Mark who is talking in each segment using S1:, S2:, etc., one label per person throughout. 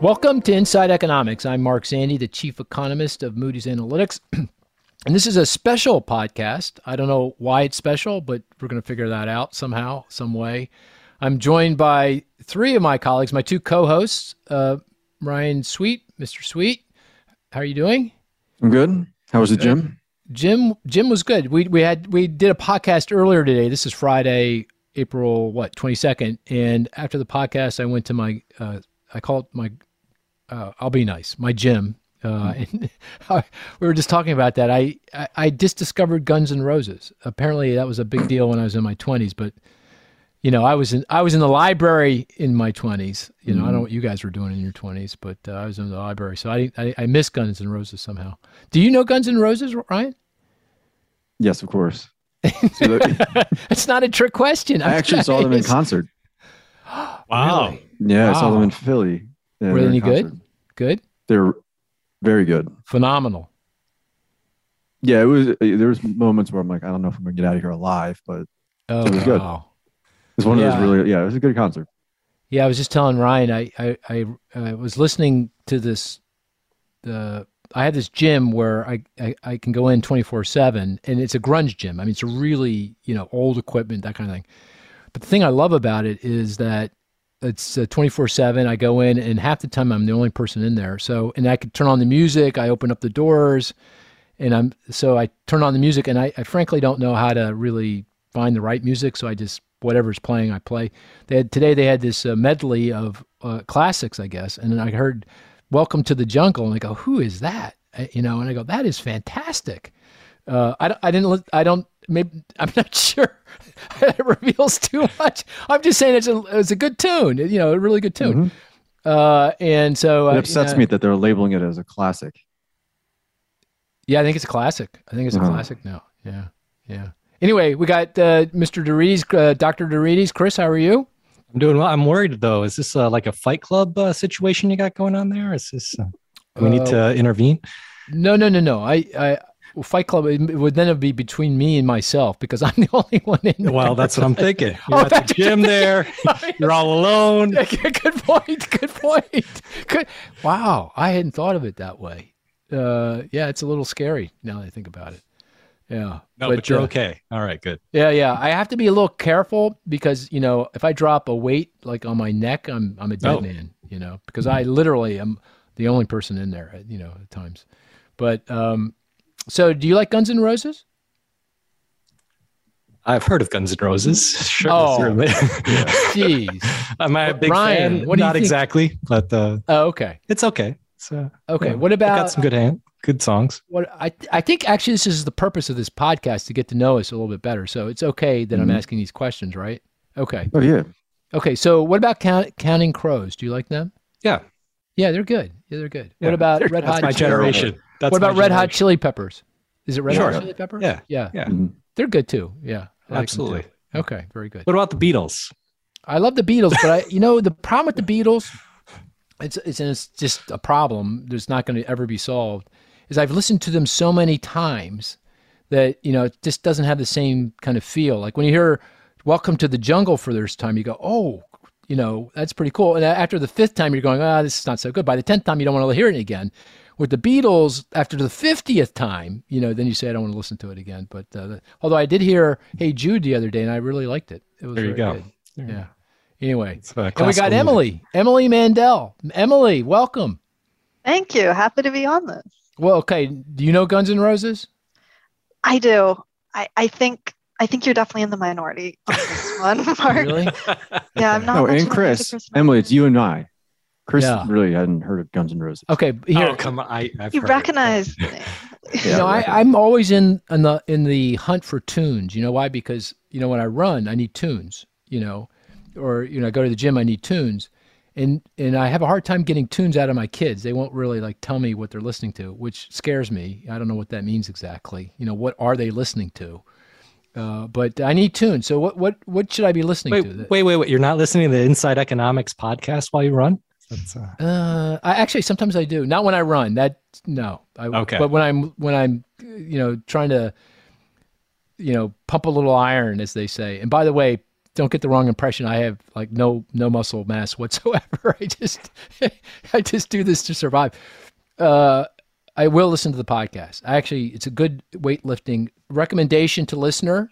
S1: Welcome to Inside Economics. I'm Mark Sandy, the chief economist of Moody's Analytics. and this is a special podcast. I don't know why it's special, but we're going to figure that out somehow, some way. I'm joined by three of my colleagues, my two co hosts, uh, Ryan Sweet, Mr. Sweet. How are you doing?
S2: I'm good. How was the gym?
S1: Jim Jim was good. We we had we did a podcast earlier today. This is Friday, April what twenty second. And after the podcast, I went to my uh, I call it my uh, I'll be nice my gym. Uh, and we were just talking about that. I, I I just discovered Guns N' Roses. Apparently, that was a big deal when I was in my twenties. But you know, I was in I was in the library in my twenties. You know, I don't know what you guys were doing in your twenties, but uh, I was in the library, so I, I I miss Guns N' Roses somehow. Do you know Guns N' Roses, Ryan?
S2: Yes, of course. So the-
S1: It's not a trick question.
S2: I actually saw them in
S1: It's-
S2: concert.
S3: Wow.
S1: Really?
S2: Yeah, I saw them
S1: Wow.
S2: in Philly. Yeah,
S1: Were
S2: they
S1: they
S2: were
S1: any
S2: in
S1: good?
S2: concert.
S1: Good,
S2: They're very good.
S1: phenomenal.
S2: Yeah, it was. There was moments where I'm like, I don't know if I'm gonna get out of here alive, but it
S1: Oh
S2: It was good.
S1: wow.
S2: was one of
S1: Yeah.
S2: those really. Yeah, it was a good concert.
S1: Yeah, I was just telling Ryan. I I I, I was listening to this. The I have this gym where I I, I can go in twenty four seven, and it's a grunge gym. I mean, it's a really you know old equipment that kind of thing. But the thing I love about it is that it's twenty four seven. I go in, and half the time I'm the only person in there. So, and I could turn on the music. I open up the doors, and I'm so I turn on the music, and I, I frankly don't know how to really find the right music. So I just whatever's playing, I play they had today they had this uh, medley of uh, classics i guess and then i heard welcome to the jungle and i go who is that I, you know and i go that is fantastic uh, I, don't- I didn't li- i don't maybe i'm not sure it reveals too much i'm just saying it's a, it's a good tune you know a really good tune uh, and so uh,
S2: It Mm-hmm. upsets
S1: you know-
S2: me that they're labeling it as a classic.
S1: yeah, I think it's a classic. I think it's a
S2: Mhm.
S1: classic now. Yeah, yeah. Anyway, we got uh, Mr. Dorides, uh, Dr. Dorides. Chris, how are you?
S3: I'm doing well. I'm worried though. Is this uh, like a Fight Club uh, situation you got going on there? Is this uh, we need to intervene?
S1: No, no, no, no. I, I well, Fight Club it would then be between me and myself because I'm the only one in. there.
S3: Well, that's what I'm thinking.
S1: Oh,
S3: You're at
S1: that's
S3: the
S1: what you're
S3: gym there. You're all alone.
S1: good point. Good point. Good. Wow, I hadn't thought of it that way. Uh, yeah, it's a little scary now that I think about it. Yeah.
S3: No, but, you're
S1: uh,
S3: okay. All right, good.
S1: Yeah, yeah. I have to be a little careful because you know if I drop a weight like on my neck, I'm I'm a dead
S3: Oh. Mm-hmm.
S1: man. You know because I literally am the only person in there. at- You know at times, but um, so do you like Guns N' Roses?
S3: I've heard of Guns N' Roses. Sure,
S1: Oh.
S3: certainly.
S1: Jeez.
S3: Am I a big
S1: Ryan,
S3: fan?
S1: what do you
S3: Not
S1: think?
S3: exactly, but uh,
S1: Oh, okay.
S3: it's okay. It's, uh,
S1: Okay.
S3: Yeah.
S1: What
S3: they
S1: about
S3: got some good hand, good songs.
S1: what I I think actually this is the purpose of this podcast to get to know us a little bit better. So it's okay that
S3: Mm-hmm.
S2: Mhm.
S1: I'm asking these questions, right? Okay.
S2: Oh yeah,
S1: Okay. So what about count, Counting Crows? Do you like them?
S3: Yeah.
S1: Yeah, they're good. Yeah, they're good. What
S3: Yeah.
S1: about Red
S3: That's
S1: Hot?
S3: my
S1: Chili-
S3: generation. That's
S1: what
S3: my
S1: about Red Hot
S3: generation.
S1: Chili Peppers? Is it Red
S2: Sure.
S1: Hot Chili Peppers?
S3: Yeah.
S1: Yeah.
S3: Yeah.
S2: Mhm.
S1: They're good too. Yeah. I like them, too.
S3: Absolutely.
S1: Okay. Very good.
S3: What about the Beatles?
S1: I love the Beatles, but I, you know, the problem with the Beatles, it's it's, and it's just a problem that's not going to ever be solved. Is I've listened to them so many times that you know it just doesn't have the same kind of feel. Like when you hear "Welcome to the Jungle" for the first time, you go, "Oh, you know, that's pretty cool." And after the fifth time, you're going, "Ah, this is not so good." By the tenth time, you don't want to hear it again. With the Beatles, after the fiftieth time, you know, then you say, "I don't want to listen to it again." But uh, the- although I did hear "Hey Jude" the other day, and I really liked it. It was
S3: There you
S1: very
S3: go.
S1: good.
S3: There you
S1: Yeah. Anyway,
S3: It's, uh,
S1: and we got
S3: classical
S1: Emily, Emily Mandel. Emily, welcome.
S4: Thank you. Happy to be on this.
S1: Well, okay. Do you know Guns N' Roses?
S4: I do. I, I think I think you're definitely in the minority on this one, Mark.
S1: Really?
S3: music.
S4: Yeah, I'm not.
S2: Oh,
S4: much of
S2: and
S4: a
S2: Chris,
S4: music person.
S2: Emily, it's you and I. Chris
S1: Yeah.
S2: really hadn't heard of Guns N' Roses.
S1: Okay. Here,
S3: Oh, come on. I, I've
S4: You
S3: heard it.
S4: recognize the name.
S2: Yeah,
S1: no,
S2: right.
S1: I, I'm always in in the in the hunt for tunes. You know why? Because you know when I run, I need tunes. You know, or you know, I go to the gym, I need tunes, and and I have a hard time getting tunes out of my kids. They won't really like tell me what they're listening to, which scares me. I don't know what that means exactly. You know, what are they listening to? Uh, but I need tunes. So what what what should I be listening to?
S3: Wait, wait, wait, wait. You're not listening to the Inside Economics podcast while you run? That's, uh,
S1: Uh, I actually sometimes I do. Not when I run. That no. I,
S3: Okay.
S1: But when I'm when I'm you know trying to you know pump a little iron as they say. And by the way, don't get the wrong impression. I have like no no muscle mass whatsoever. I just I just do this to survive. Uh, I will listen to the podcast. I actually, it's a good weightlifting recommendation to listener.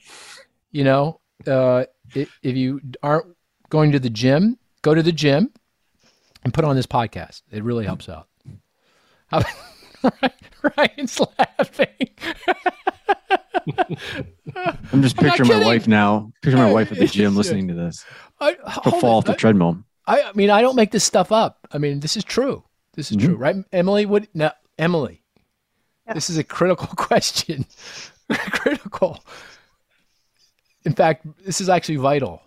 S1: You know, uh, i- if you aren't going to the gym, go to the gym and put on this podcast. It really helps out. How- Ryan's laughing.
S2: I'm just
S1: I'm not
S2: picturing my
S1: kidding.
S2: wife now. Picture my wife at the gym
S1: Yeah.
S2: listening to this.
S1: I,
S2: She'll
S1: hold
S2: fall off
S1: it.
S2: the treadmill.
S1: I, I mean, I don't make this stuff up. I mean, this is true. This is
S2: Mhm.
S1: true, right, Emily? What now, Emily?
S4: Yeah.
S1: This is a critical question. critical. In fact, this is actually vital.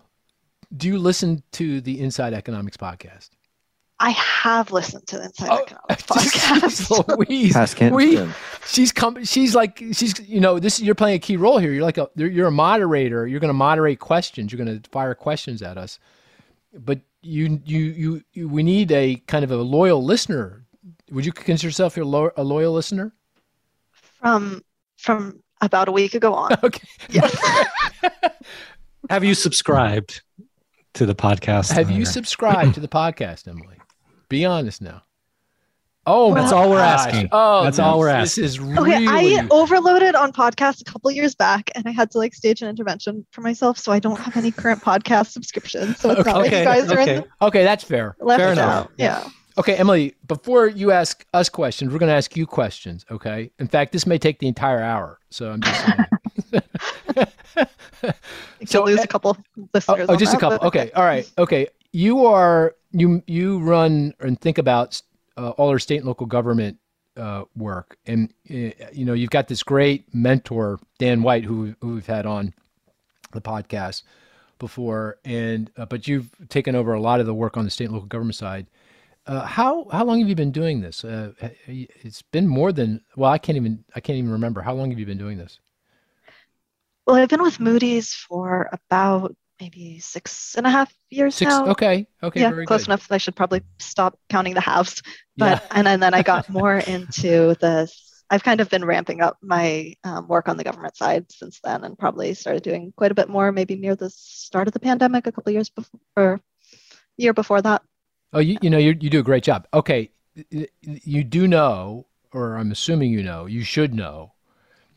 S1: Do you listen to the Inside Economics podcast?
S4: I have listened to the Inside
S1: Oh,
S4: Economics
S1: Jeez
S4: podcast.
S1: Louise,
S2: Past Canton.
S1: we-
S2: Spin.
S1: she's come. She's like she's you know this. You're playing a key role here. You're like a you're you're a moderator. You're going to moderate questions. You're going to fire questions at us. But you you you, you we need a kind of a loyal listener. Would you consider yourself your lo- a loyal listener?
S4: from from about a week ago on.
S1: Okay.
S3: Have you subscribed to the podcast?
S1: Have you
S3: Or-
S1: subscribed to the podcast, Emily? Be honest now. Oh,
S4: That's
S1: my
S3: all we're
S1: gosh.
S3: asking.
S1: Oh,
S3: That's all we're
S1: this- This is
S4: Okay,
S1: really
S4: I overloaded on podcasts a couple years back, and I had to like stage an intervention for myself, so I don't have any current podcast subscriptions. So it's not like
S3: Okay,
S4: you guys are in
S3: okay.
S4: the
S1: okay. That's fair.
S4: left
S3: Fair enough.
S4: out. Yeah.
S1: Okay, Emily, before you ask us questions, we're going to ask you questions, okay? In fact, this may take the entire hour. So I'm just saying. So,
S4: So lose
S1: eh,
S4: a couple
S1: oh,
S4: listeners.
S1: oh,
S4: on
S1: just a
S4: that,
S1: couple.
S4: but-
S1: Okay. All right. Okay. You are you you run and think about uh, all our state and local government uh, work, and uh, you know you've got this great mentor Dan White, who who we've had on the podcast before, and uh, but you've taken over a lot of the work on the state and local government side. Uh, how how long have you been doing this? Uh, it's been more than well, I can't even I can't even remember. How long have you been doing this?
S4: Well, I've been with Moody's for about maybe six and a half years
S1: Six.
S4: now.
S1: Okay. Okay.
S4: yeah,
S1: very
S4: close
S1: good.
S4: enough. I should probably stop counting the halves. But
S1: Yeah.
S4: and, and then I got more into this. I've kind of been ramping up my um, work on the government side since then, and probably started doing quite a bit more. Maybe near the start of the pandemic, a couple years before, or year before that.
S1: Oh, you, you know, you, you do a great job. Okay. y- y- You do know, or I'm assuming you know, you should know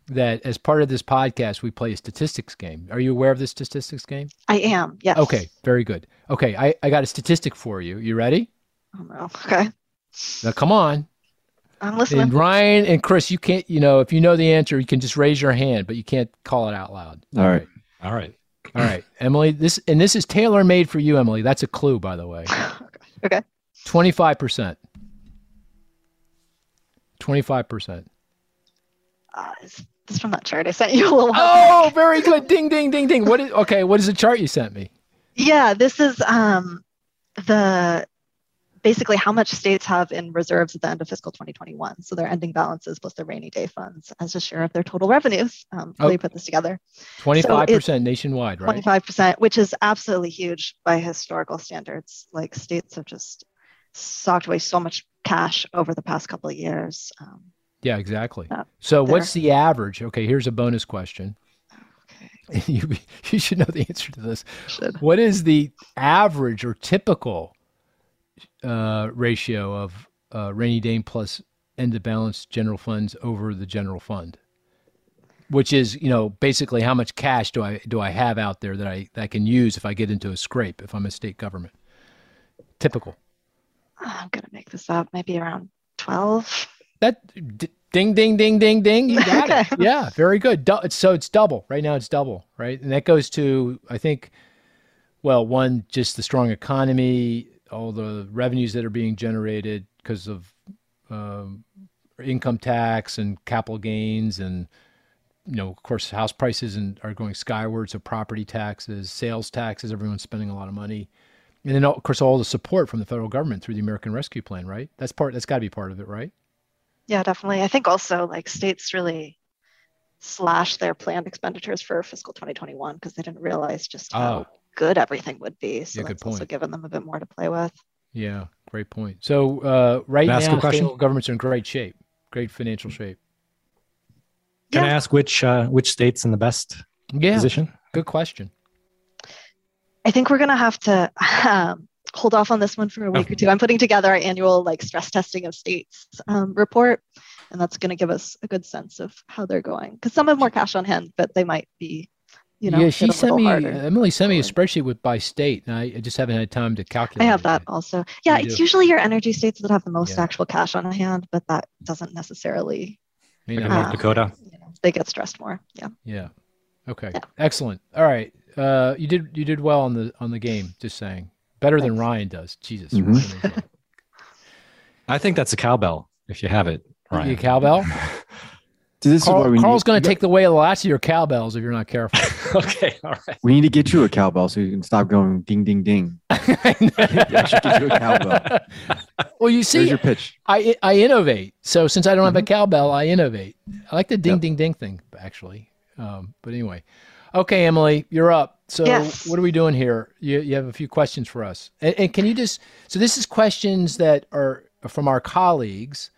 S1: that as part of this podcast, we play a statistics game. Are you aware of the statistics game?
S4: I am. Yes.
S1: Okay. Very good. Okay. I, I got a statistic for you. You ready?
S4: Oh, no. Okay.
S1: Now, come on.
S4: I'm listening.
S1: And Ryan and Chris, you can't, you know, if you know the answer, you can just raise your hand, but you can't call it out loud.
S2: All right.
S3: All right.
S1: All right. Emily, this, and this is tailor made for you, Emily. That's a clue, by the way.
S4: okay.
S1: 25%. 25%.
S4: Uh, is this from that chart I sent you a little while
S1: Oh, very good. Ding, ding, ding, ding. What is okay? What is the chart you sent me?
S4: Yeah, this is um, the basically how much states have in reserves at the end of fiscal 2021. So their ending balances plus their rainy day funds as a share of their total revenues. Um,
S1: Oh.
S4: They put this together,
S1: Twenty-five percent nationwide, right?
S4: 25%, which is absolutely huge by historical standards. Like states have just socked away so much cash over the past couple of years. Um,
S1: Yeah, exactly.
S4: Yeah,
S1: So, what's the average? Okay, here's a bonus question.
S4: okay,
S1: you you should know the answer to this.
S4: should.
S1: What is the average or typical uh, ratio of uh, rainy day plus end of balance general funds over the general fund? Which is, you know, basically how much cash do I do I have out there that I that I can use if I get into a scrape if I'm a state government? Typical.
S4: I'm going to make this up, maybe around 12.
S1: That d- ding ding ding ding ding. You got it. Yeah, very good. Du- it's- so it's double right now. It's double right, and that goes to I think, well, one just the strong economy, all the revenues that are being generated because of um, income tax and capital gains, and you know, of course, house prices and are going skyward. So property taxes, sales taxes, everyone's spending a lot of money. And then, of course, all the support from the federal government through the American Rescue Plan, right? That's part. That's got to be part of it, right?
S4: Yeah, definitely. I think also like states really slashed their planned expenditures for fiscal 2021 because they didn't realize just how good everything would be.
S1: Oh.
S4: So
S1: Yeah, good
S4: that's also
S1: point.
S4: given them a bit more to play with.
S1: Yeah, great point. So uh, right
S3: Can I
S1: now,
S3: ask a
S1: state
S3: question?
S1: and local governments are in great shape, great financial shape.
S3: Can I
S4: Yeah.
S3: ask which uh, which state's in the best
S1: Yeah,
S3: position?
S1: good question.
S4: I think we're going to have to um, hold off on this one for a
S1: Oh.
S4: week or two. I'm putting together our annual like stress testing of states um, report, and that's going to give us a good sense of how they're going. Because some have more cash on hand, but they might be, you know,
S1: yeah, she
S4: hit a
S1: sent
S4: little
S1: me.
S4: harder.
S1: Emily sent me a
S4: Sure.
S1: spreadsheet with by state, and I, I just haven't had time to
S4: I
S1: calculate.
S4: have
S1: it
S4: that
S1: yet.
S4: also. Yeah,
S1: You
S4: it's
S1: do.
S4: usually your energy states that have the most
S1: Yeah.
S4: actual cash on hand, but that doesn't necessarily.
S1: May
S3: Like
S1: not
S4: Ah.
S1: make
S3: North Dakota.
S4: You know, they get stressed more. Yeah.
S1: Yeah. Okay.
S4: Yeah.
S1: Excellent. All right. Uh, you did you did well on the on the game. Just saying, better than
S4: Thanks.
S1: Ryan does. Jesus.
S2: Mhm.
S1: Ryan is
S3: I think that's a cowbell if you have it.
S1: a-
S3: Right.
S1: You cowbell.
S2: See, this is why
S1: Carl,
S2: we
S1: Carl's
S2: need,
S1: going to take the way of lots of your cowbells if you're not careful.
S3: okay. All right.
S2: We need to get you a cowbell so you can stop going ding ding ding. I should give you a cowbell.
S1: well, you
S2: There's
S1: see,
S2: your pitch.
S1: I I innovate. So since I don't have a cowbell, I innovate. I like the ding
S2: Yep.
S1: ding ding thing actually. Um, but anyway, okay, Emily, you're up. So
S4: Yes.
S1: what are we doing here? You you have a few questions for us, and, and can you just so this is questions that are from our colleagues,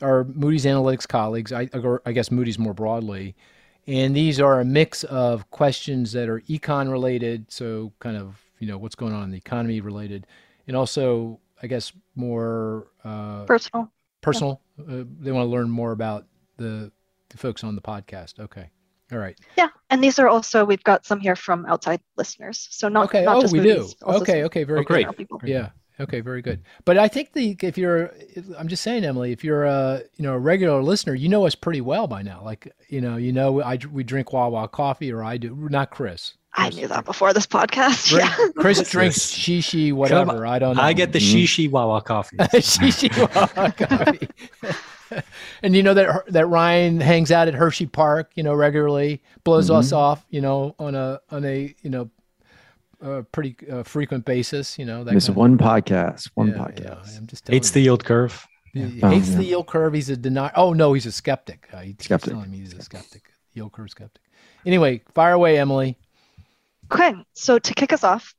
S1: our Moody's Analytics colleagues. I or I guess Moody's more broadly. And these are a mix of questions that are econ related, so kind of you know what's going on in the economy related, and also I guess more uh,
S4: Personal.
S1: personal. Uh, they want to learn more about the, the folks on the podcast. Okay. All right.
S4: Yeah. And these are also, we've got some here from outside listeners. So not,
S1: okay.
S4: not
S1: Oh,
S4: just
S1: we
S4: movies,
S1: do.
S4: also
S1: Okay.
S4: some
S1: Okay. Very
S3: Oh, great.
S1: good.
S4: general people.
S1: Yeah. Okay. Very good. But I think the if you're, I'm just saying, Emily, if you're a you know a regular listener, you know us pretty well by now. Like you know, you know, I we drink Wawa coffee, or I do. Not Chris.
S4: I knew that before this podcast.
S1: Drink,
S4: Yeah.
S1: Chris
S3: What's
S1: drinks
S3: this?
S1: shishi, whatever. I don't know.
S3: I get the
S2: Mhm.
S3: shishi wawa coffee.
S1: Mm-hmm. shishi Wawa coffee. and you know that that Ryan hangs out at Hershey Park, you know, regularly, blows us
S2: Mm-hmm.
S1: off, you know, on a on a you know, uh, pretty uh, frequent basis, you know. That
S2: This
S1: kind of-
S2: one podcast. One
S1: Yeah,
S2: podcast.
S1: Yeah, I'm just telling
S3: It's the
S1: you.
S3: yield curve.
S1: He
S2: Oh,
S1: hates
S2: yeah.
S1: the yield curve. He's a denier. Oh no, he's a skeptic. Uh, he keeps
S2: Skeptic.
S1: telling me he's a skeptic. Yield curve skeptic. Anyway, fire away, Emily.
S4: Okay, so to kick us off,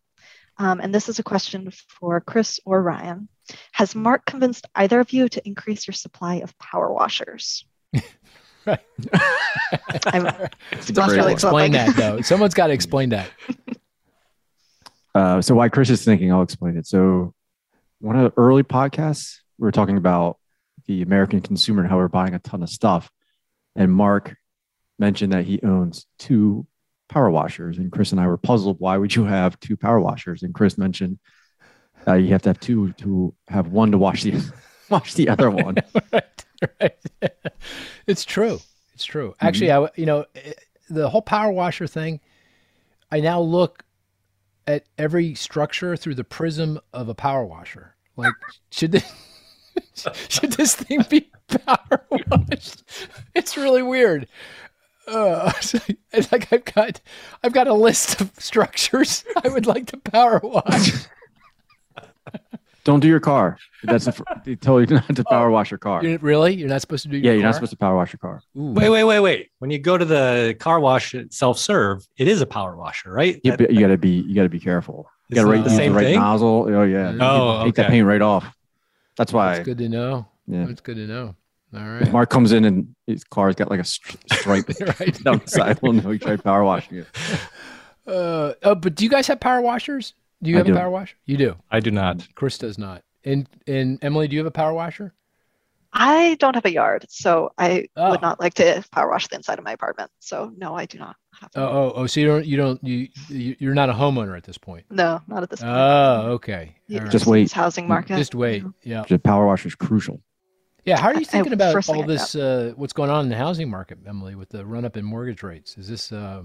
S4: um, and this is a question for Chris or Ryan Has Mark convinced either of you to increase your supply of power washers?
S1: Right.
S4: I'm,
S2: It's a
S4: That's
S2: great
S4: really
S2: one.
S4: cool.
S1: Explain
S4: like-
S1: that though. Someone's got to explain that.
S2: Uh, so why Chris is thinking, I'll explain it. So one of the early podcasts, we were talking about the American consumer and how we're buying a ton of stuff. And Mark mentioned that he owns two power washers. And Chris and I were puzzled. Why would you have two power washers? And Chris mentioned uh, you have to have two to have one to wash the wash the other one.
S1: right, right. it's true. It's true.
S2: Mm-hmm.
S1: Actually, I w- you know eh, the whole power washer thing. I now look at every structure through the prism of a power washer. Like, should this should this thing be power washed? It's really weird. Uh, it's like I've got I've got a list of structures I would like to power wash.
S2: Don't do your car. That's the, fir- they tell you not to power wash your car.
S1: You- really? You're not supposed to do
S2: Yeah,
S1: your
S2: you're
S1: car?
S2: not supposed to power wash your car.
S1: Ooh.
S3: Wait, wait, wait, wait. When you go to the car wash self serve, it is a power washer, right?
S2: Yeah, but you gotta be you gotta be careful. You gotta
S3: It's
S2: right,
S1: not the
S2: use the
S3: same
S2: right
S3: thing?
S2: nozzle. Oh yeah. You
S3: Oh,
S2: can take that
S3: okay.
S2: paint right off. That's why
S1: That's good to know.
S2: yeah.
S1: That's good to know. All right.
S2: Mark comes in and his car's got like a stri- stripe
S1: right.
S2: down the side. We'll know he tried power washing it.
S1: Uh, oh, but do you guys have power washers? Do you
S2: I
S1: have
S2: do.
S1: a power washer? You do.
S3: I do not.
S1: Chris does not. And and Emily, do you have a power washer?
S4: I don't have a yard, so I
S1: Oh.
S4: would not like to power wash the inside of my apartment. So, no, I do not have.
S1: Oh, oh, oh. So you don't, you don't, you, you you're not a homeowner at this point.
S4: No, not at this point.
S1: Oh, okay.
S4: You
S1: All right.
S2: Just
S4: use
S2: wait.
S4: Housing market.
S1: Just wait. Yeah.
S2: The power washer is crucial.
S1: Yeah. How are
S4: I- I-
S1: you thinking about
S4: first thing
S1: all
S4: I
S1: this? Uh, what's going on in the housing market, Emily, with the run up in mortgage rates? Is this? Uh,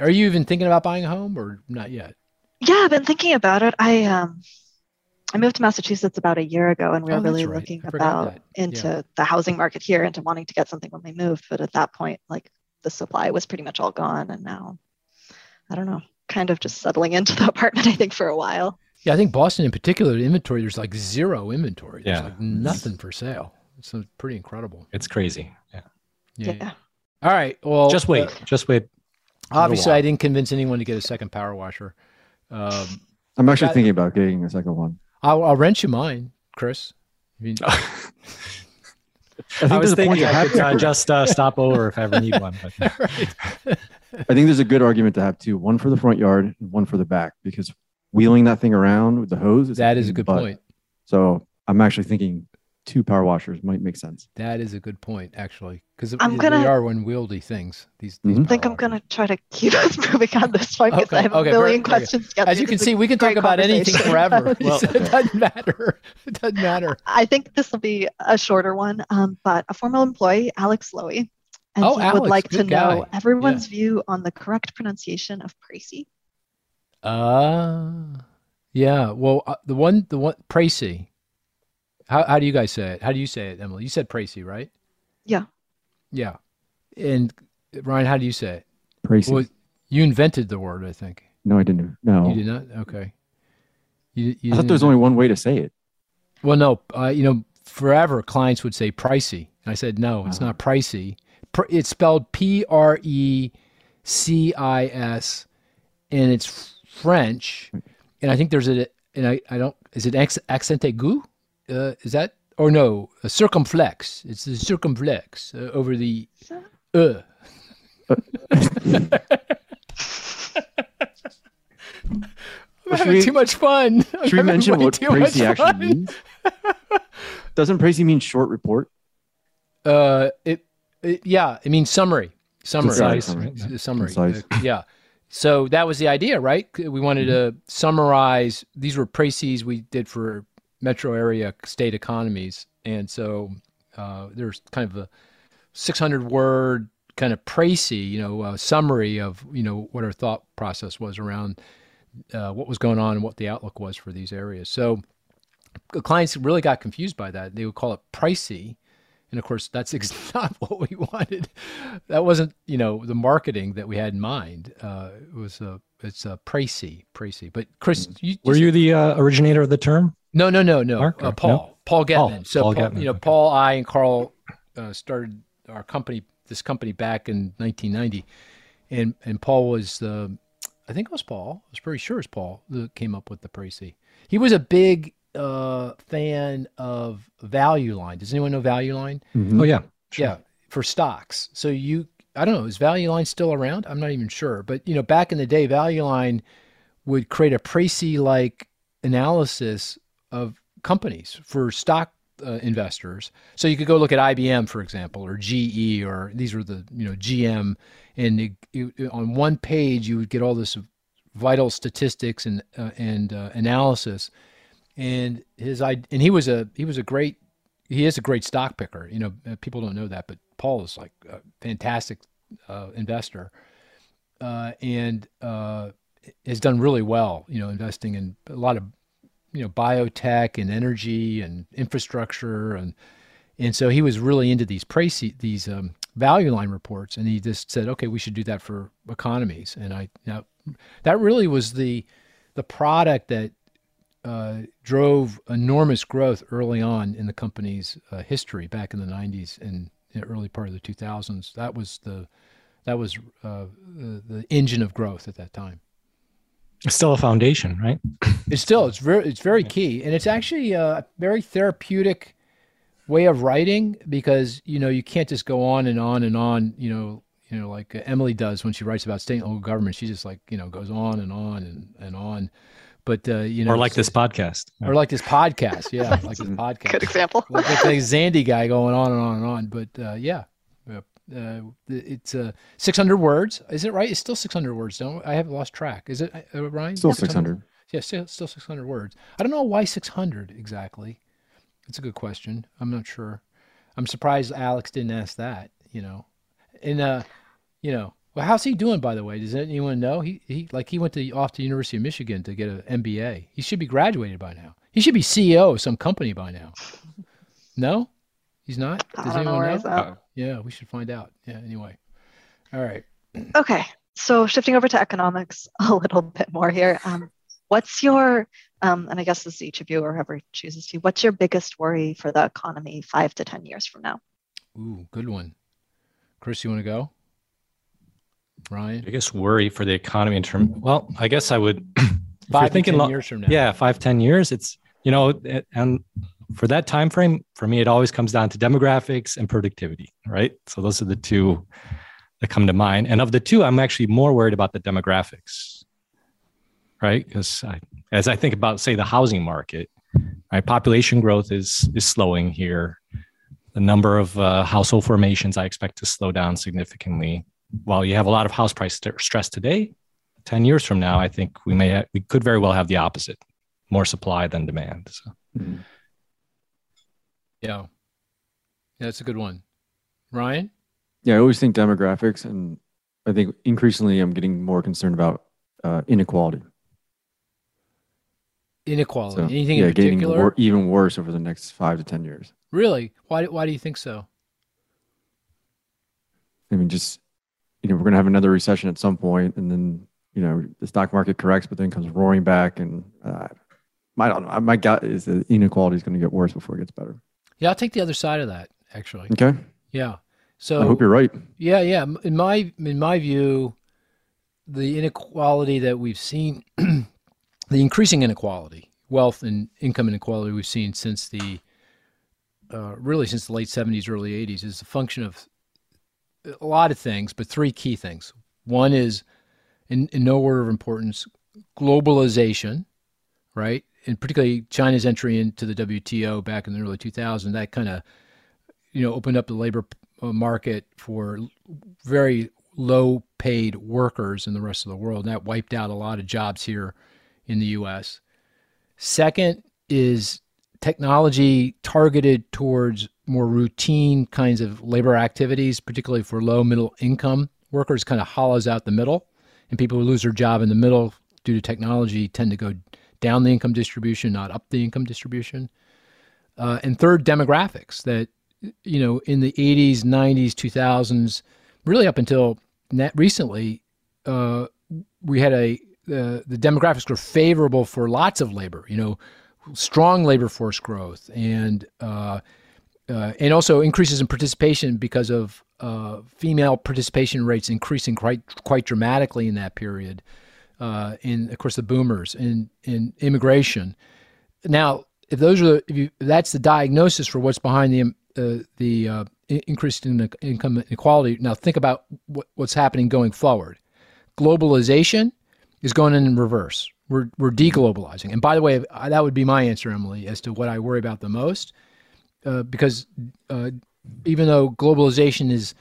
S1: are you even thinking about buying a home or not yet?
S4: Yeah, I've been thinking about it. I um, I moved to Massachusetts about a year ago, and we
S1: Oh,
S4: were
S1: that's
S4: really
S1: right.
S4: looking
S1: I forgot
S4: about
S1: that. Yeah.
S4: into the housing market here, into wanting to get something when we moved. But at that point, like the supply was pretty much all gone, and now I don't know, kind of just settling into the apartment. I think for a while.
S1: Yeah, I think Boston in particular, the inventory, there's like zero inventory. There's
S3: Yeah.
S1: like nothing for sale. It's uh, pretty incredible.
S3: It's crazy. Yeah.
S1: Yeah.
S4: Yeah.
S1: All right. Well,
S3: just wait.
S1: uh,
S3: just wait.
S1: obviously,
S3: while.
S1: I didn't convince anyone to get a second power washer. Um,
S2: I'm actually
S1: That-
S2: thinking about getting a second one.
S1: I'll, I'll rent you mine, Chris. I mean,
S2: I think
S3: I
S2: there's
S3: was
S2: a point
S3: thinking
S2: you
S3: I
S2: have
S3: could uh,
S2: to
S3: just uh, stop over if I ever need one. But
S1: right.
S2: I think there's a good argument to have two, one for the front yard and one for the back, because wheeling that thing around with the hose is
S1: That is a
S2: pain in
S1: good
S2: the butt.
S1: point.
S2: So I'm actually thinking two power washers might make sense.
S1: That is a good point, actually, because
S4: I'm
S1: they
S4: gonna-
S1: are unwieldy things. These, these
S3: Mm-hmm.
S2: Mhm.
S4: I think I'm
S1: power
S4: going to
S1: washers.
S4: try to keep us moving on this one because
S1: Okay,
S4: I have
S1: okay,
S4: a
S1: very-
S4: million
S1: okay.
S4: questions. to get
S1: As
S4: through.
S1: you can
S4: This is-
S1: see, we can talk
S4: great
S1: about anything
S4: conversation.
S1: forever.
S2: Well-
S1: So it doesn't matter. It doesn't matter.
S4: I think this will be a shorter one, um, but a former employee, Alex Lowy, and
S1: Oh,
S4: he
S1: Alex,
S4: would like to
S1: good
S4: know
S1: guy.
S4: everyone's view on the correct pronunciation of Precy.
S1: Uh, yeah. Well, uh, the one, the one, Precy. How, how do you guys say it? How do you say it, Emily? You said Precy, right?
S4: Yeah.
S1: Yeah. And Ryan, how do you say it?
S2: Pricey.
S1: Well, you invented the word, I think.
S2: no, I didn't.
S1: You
S2: No.
S1: did not? Okay. You, you
S2: I thought
S1: didn't
S2: there was only one way to say it.
S1: Well, no, uh, you know, forever clients would say pricey, and I said no, it's
S2: Ah.
S1: not pricey. Pr- it's spelled P R E C I S, and it's f- French. And I think there's a, and I, I don't, is it ex, accent aigu? Uh, is that or no? A circumflex. It's the circumflex uh, over the
S4: So,
S1: uh. I'm
S2: Well, should
S1: having
S2: we-
S1: too much fun. I'm
S2: Should we
S1: having
S2: mention
S1: way
S2: what
S1: too much
S2: Pricey
S1: fun.
S2: actually means? Doesn't Pricey mean short report?
S1: Uh, it, it yeah, it means summary, summary,
S2: Concise,
S1: S-
S3: right?
S1: s- summary.
S2: Concise.
S1: Uh, yeah. So that was the idea, right? C- We wanted to summarize. These were précis we did for metro area state economies, and so uh, there's kind of a 600 word kind of précis, you know, uh, summary of you know what our thought process was around uh, what was going on and what the outlook was for these areas. So the clients really got confused by that. They would call it pricey. And of course, that's ex- not what we wanted. That wasn't, you know, the marketing that we had in mind. Uh, it was a, it's a pricey, pricey. But Chris, you,
S3: Were you the uh, originator of the term?
S1: No, no, no, no.
S3: Mark
S1: Uh,
S3: or-
S1: Paul,
S3: no? Oh,
S1: Paul Getman. so
S3: Paul
S1: Paul,
S3: Getman,
S1: you know,
S3: okay.
S1: Paul, I, and Carl uh, started our company, this company back in 1990, and and Paul was the, I think it was Paul. I was pretty sure it was Paul that came up with the pricey. He was a big uh, fan of Value Line. Does anyone know Value Line?
S2: Mm-hmm.
S3: Oh yeah, sure.
S1: Yeah, for stocks. So you, I don't know, is Value Line still around? I'm not even sure. But you know, back in the day, Value Line would create a pricey like analysis of companies for stock uh, investors. So you could go look at IBM, for example, or GE, or these were the you know GM, and it, it- on one page you would get all this vital statistics and uh, and uh, analysis. And his I and he was a he was a great he is a great stock picker. You know, uh, people don't know that, but Paul is like a fantastic uh, investor, uh, and uh, has done really well. You know, investing in a lot of you know biotech and energy and infrastructure, and and so he was really into these price these um, value line reports, and he just said, okay, we should do that for economies, and I now that really was the the product that uh, drove enormous growth early on in the company's uh, history back in the 90s and the early part of the 2000s. That was the that was uh, the, the engine of growth at that time.
S3: It's still a foundation, right?
S1: It's still it's very it's very key, and it's actually uh, a very therapeutic way of writing because you know you can't just go on and on and on. You know you know like Emily does when she writes about state and local government. She just like you know goes on and on and, and on. But uh, you know,
S3: or like
S1: it's-
S3: this podcast.
S1: or like this podcast. Yeah, like this podcast.
S4: Good example.
S1: like, like the Zandy guy going on and on and on. But uh, yeah, Yep. uh, it's uh, 600 words. Is it right? It's still 600 words. Don't I have lost track? Is it uh, Ryan?
S2: Still
S1: Yeah,
S2: 600.
S1: Yeah, still, still 600 words. I don't know why 600 exactly. It's a good question. I'm not sure. I'm surprised Alex didn't ask that. You know, and uh, you know, well, how's he doing by the way? Does anyone know? He he like he went to off to University of Michigan to get an MBA. He should be graduated by now. He should be CEO of some company by now. No, he's not. Does
S4: I don't know
S1: anyone
S4: where
S1: know?
S4: he's at.
S1: Yeah, we should find out. Yeah. Anyway, all right.
S4: Okay, so shifting over to economics a little bit more here. Um, what's your, um, and I guess this is each of you or whoever chooses to, what's your biggest worry for the economy five to 10 years from now?
S1: Ooh, good one. Chris, you want to go? Ryan,
S3: I guess worry for the economy in terms. Well, I guess I would. if you're
S1: five to
S3: thinking
S1: ten
S3: lo-
S1: years from now.
S3: yeah five ten years it's you know it- and for that time frame for me it always comes down to demographics and productivity right so those are the two that come to mind. And of the two, I'm actually more worried about the demographics, right? Because I, as I think about, say, the housing market, right, population growth is is slowing here. The number of uh, household formations I expect to slow down significantly. While you have a lot of house price st- stress today, ten years from now, I think we may ha- we could very well have the opposite: more supply than demand. So.
S2: Mm.
S1: Yeah. yeah. That's a good one. Ryan?
S2: Yeah, I always think demographics, and I think increasingly I'm getting more concerned about uh, inequality.
S1: Inequality.
S2: So,
S1: Anything
S2: yeah,
S1: in
S2: getting
S1: particular?
S2: wor- even worse over the next five to ten years.
S1: Really? Why, why do you think so?
S2: I mean, just you know, we're gonna have another recession at some point, and then you know, the stock market corrects, but then comes roaring back, and uh, I don't know. My gut is that inequality is gonna get worse before it gets better.
S1: Yeah, I'll take the other side of that, actually.
S2: Okay,
S1: Yeah. So
S2: Hmm. I hope you're right.
S1: Yeah, yeah. M- In my in my view, the inequality that we've seen, the increasing inequality, wealth and income inequality we've seen since the uh, really since the late '70s, early '80s, is a function of a lot of things, but three key things. One is, in, in no order of importance, globalization, right? And particularly China's entry into the WTO back in the early 2000s, that kind of you know opened up the labor uh, market for l- very low paid workers in the rest of the world and that wiped out a lot of jobs here in the US second is technology targeted towards more routine kinds of labor activities particularly for low middle income workers kind of hollows out the middle and people who lose their job in the middle due to technology tend to go down the income distribution not up the income distribution uh, and third demographics that you know, in the 80s, 90s, 2000s, really up until net recently, uh, we had a uh, the demographics were favorable for lots of labor. You know, strong labor force growth and uh, uh, and also increases in participation because of uh, female participation rates increasing quite quite dramatically in that period. Uh, and of course, the boomers and and immigration. Now, if those are the, if you, if that's the diagnosis for what's behind the uh, the uh, i- increase in the income inequality. Now think about what, what's happening going forward. Globalization is going in reverse. We're we're deglobalizing. And by the way, I, that would be my answer, Emily, as to what I worry about the most, uh, because uh, even though globalization is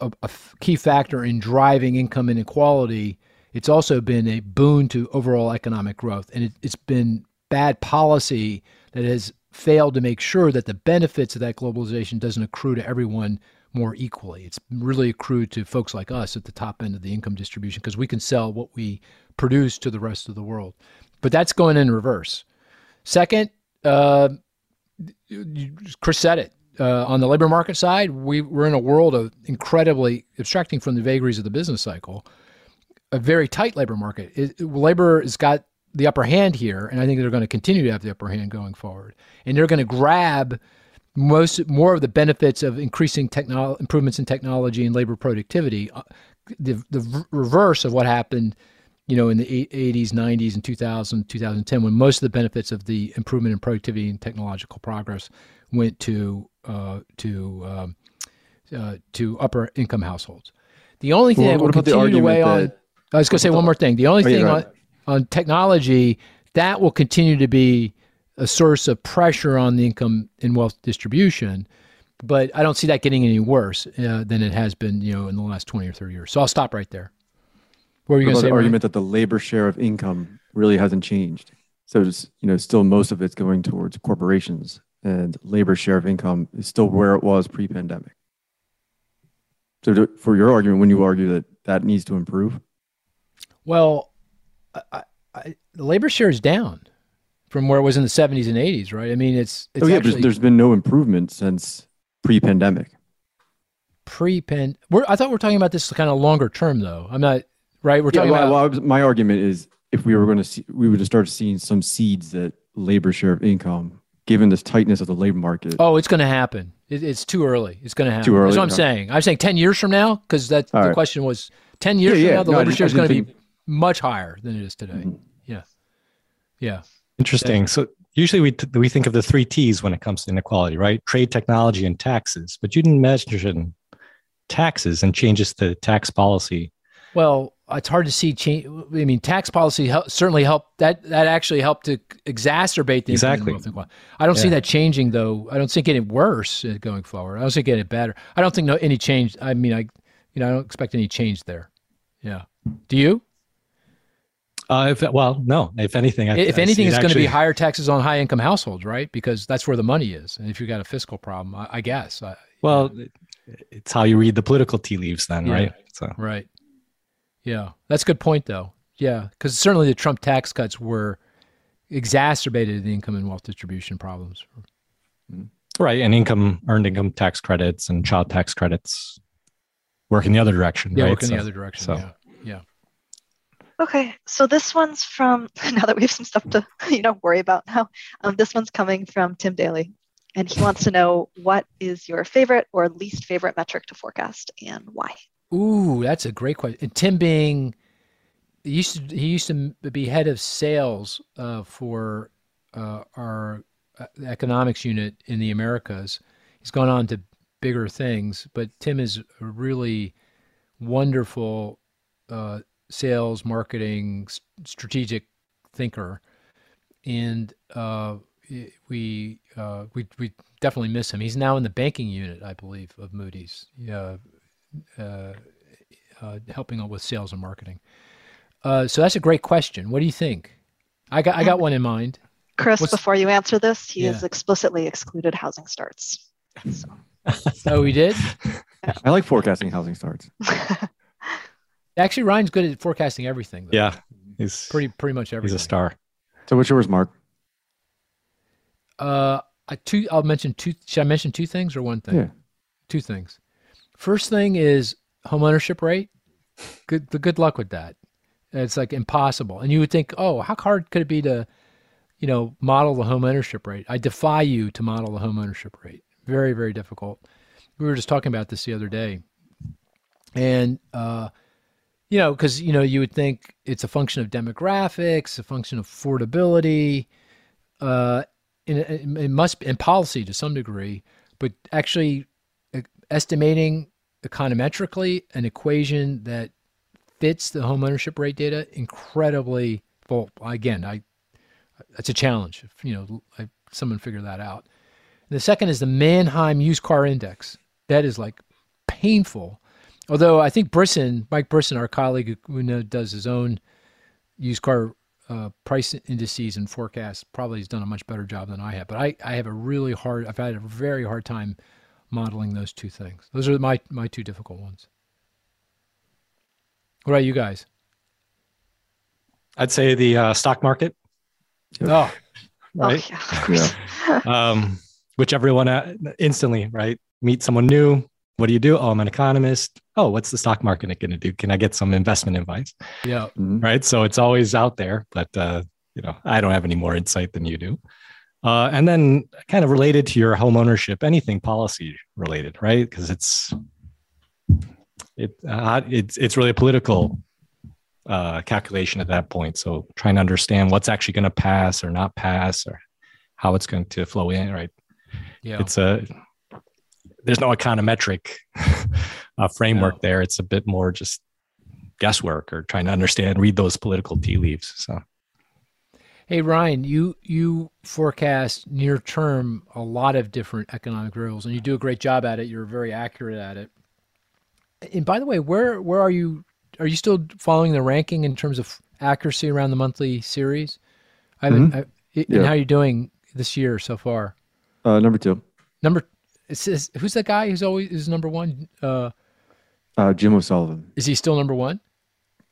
S1: a, a f- key factor in driving income inequality, it's also been a boon to overall economic growth, and it, it's been bad policy that has failed to make sure that the benefits of that globalization doesn't accrue to everyone more equally. It's really accrued to folks like us at the top end of the income distribution because we can sell what we produce to the rest of the world. But that's going in reverse. Second, uh, you- you- Chris said it. Uh, on the labor market side, we, we're in a world of incredibly abstracting from the vagaries of the business cycle, a very tight labor market. It- it- labor has got the upper hand here, and I think they're going to continue to have the upper hand going forward. And they're going to grab most more of the benefits of increasing technol improvements in technology and labor productivity, uh, the the v- reverse of what happened, you know, in the eight- 80s, 90s, and 2000, 2010, when most of the benefits of the improvement in productivity and technological progress went to uh, to um, uh, to upper income households. The only thing
S2: Well,
S1: that will
S2: what about the
S1: continue to
S2: argument
S1: weigh on
S2: that
S1: I was going to say one more thing. The only
S2: Oh, yeah,
S1: thing
S2: go
S1: on,
S2: ahead.
S1: on technology that will continue to be a source of pressure on the income and wealth distribution, but I don't see that getting any worse uh, than it has been, you know, in the last twenty or thirty years. So I'll stop right there. What were you going
S2: What about
S1: to say?
S2: the
S1: Ryan?
S2: argument that the labor share of income really hasn't changed. So it's, you know, still most of it's going towards corporations, and labor share of income is still where it was pre-pandemic. So to, for your argument, when you argue that that needs to improve,
S1: Well, I, I, I, the labor share is down from where it was in the seventies and eighties, right? I mean, it's it's
S2: oh yeah,
S1: actually
S2: but there's been no improvement since pre-pandemic.
S1: pre-pen. We're, I thought we are talking about this kind of longer term, though. I'm not right. We're
S2: Yeah,
S1: talking
S2: well,
S1: about
S2: well, I was- my argument is if we were going to see, we would have started seeing some seeds that labor share of income, given this tightness of the labor market.
S1: Oh, it's going to happen. It, it's too early. It's going to happen.
S2: Too early,
S1: That's what I'm
S2: okay.
S1: saying. I'm saying 10 years from now, because that's
S2: All
S1: the
S2: right.
S1: question was 10 years
S2: Yeah,
S1: from
S2: yeah.
S1: now, the
S2: No, I
S1: labor
S2: didn't-
S1: share
S2: I
S1: is going to
S2: didn't
S1: be much higher than it is today.
S2: Mhm.
S1: Yeah. Yeah.
S3: Interesting. So usually we t- we think of the three T's when it comes to inequality, right? Trade, technology, and taxes. But you didn't mention taxes and changes to tax policy.
S1: Well, it's hard to see change. I mean, tax policy hel- certainly helped. That that actually helped to exacerbate the
S3: Exactly.
S1: improvement of wealth inequality. I don't see
S3: Yeah.
S1: that changing though. I don't see it getting worse uh, going forward. I don't see it getting better. I don't think no any change. I mean, I you know I don't expect any change there. Yeah. Do you?
S3: Uh, if, well, no. If anything, I,
S1: if
S3: I
S1: anything,
S3: see it
S1: it's going to
S3: actually-
S1: be higher taxes on high income households, right? Because that's where the money is. And if you've got a fiscal problem, I, I guess. I,
S3: Well, it- it's how you read the political tea leaves, then,
S1: Yeah.
S3: right? So,
S1: Right. Yeah, that's a good point, though. Yeah, because certainly the Trump tax cuts were exacerbated the income and wealth distribution problems.
S3: right, and income earned income tax credits and child tax credits work in the other direction.
S1: Yeah,
S3: right?
S1: work in
S3: So-
S1: the other direction.
S3: so-
S1: Yeah.
S4: Okay, so this one's from now that we have some stuff to you know worry about now. Um, this one's coming from Tim Daly, and he wants to know what is your favorite or least favorite metric to forecast and why.
S1: Ooh, that's a great question. And Tim being he used to he used to be head of sales uh, for uh, our uh, economics unit in the Americas. He's gone on to bigger things, but Tim is a really wonderful uh, sales, marketing, s- strategic thinker, and uh, i- we uh, we we definitely miss him. He's now in the banking unit, I believe, of Moody's. Yeah, uh, uh, helping out with sales and marketing. Uh, so that's a great question. What do you think? I got I got one in mind.
S4: Chris,
S1: What's-
S4: before you answer this, he has
S1: Yeah.
S4: explicitly excluded housing starts. So.
S1: Oh, we did.
S2: I like forecasting housing starts.
S1: Actually, Ryan's good at forecasting everything. Though.
S3: yeah, he's
S1: pretty pretty much
S3: He's
S1: everything.
S3: a star.
S2: So what's yours, Mark?
S1: Uh, I two. I'll mention two. Should I mention two things or one thing?
S2: Yeah.
S1: Two things. First thing is homeownership rate. Good. The good luck with that. It's like impossible. And you would think, oh, how hard could it be to, you know, model the homeownership rate? I defy you to model the homeownership rate. Very very difficult. We were just talking about this the other day, and uh, you know, because you know, you would think it's a function of demographics, a function of affordability. Uh, and it, it- it must be in policy to some degree, but actually e- estimating econometrically an equation that fits the home ownership rate data incredibly well again i that's a challenge if you know I, someone figure that out and the second is the mannheim used car index that is like painful although i think brisson mike brisson our colleague who- who now does his own used car uh, price indices and forecasts probably has done a much better job than I have. But I, I have a really hard, I've had a very hard time modeling those two things. Those are my, my two difficult ones. What about you guys?
S3: I'd say the uh, stock market,
S1: Oh,
S3: right?
S4: Oh, yeah, of course.
S3: Um, which everyone uh, instantly, right? Meet someone new. What do you do? Oh, I'm an economist. Oh, what's the stock market going to do? Can I get some investment advice?
S1: yeah.
S2: Mhm.
S3: Right. So it's always out there, but uh, you know, I don't have any more insight than you do. Uh, and then kind of related to your home ownership, anything policy related, right? Because it's it uh, it's it's really a political uh, calculation at that point. So trying to understand what's actually going to pass or not pass, or how it's going to flow in, right?
S1: Yeah.
S3: it's a there's no econometric uh, framework
S1: No.
S3: there it's a bit more just guesswork or trying to understand read those political tea leaves so
S1: Hey Ryan, you you forecast near term a lot of different economic variables, and you do a great job at it. You're very accurate at it. And by the way, where where are you? Are you still following the ranking in terms of accuracy around the monthly series? I haven't. I, and
S2: Mm-hmm. Yeah.
S1: how are you doing this year so far?
S2: Uh, number two,
S1: Number it says who's that guy who's always is number one? Uh,
S2: uh, Jim O'Sullivan.
S1: is he still number one?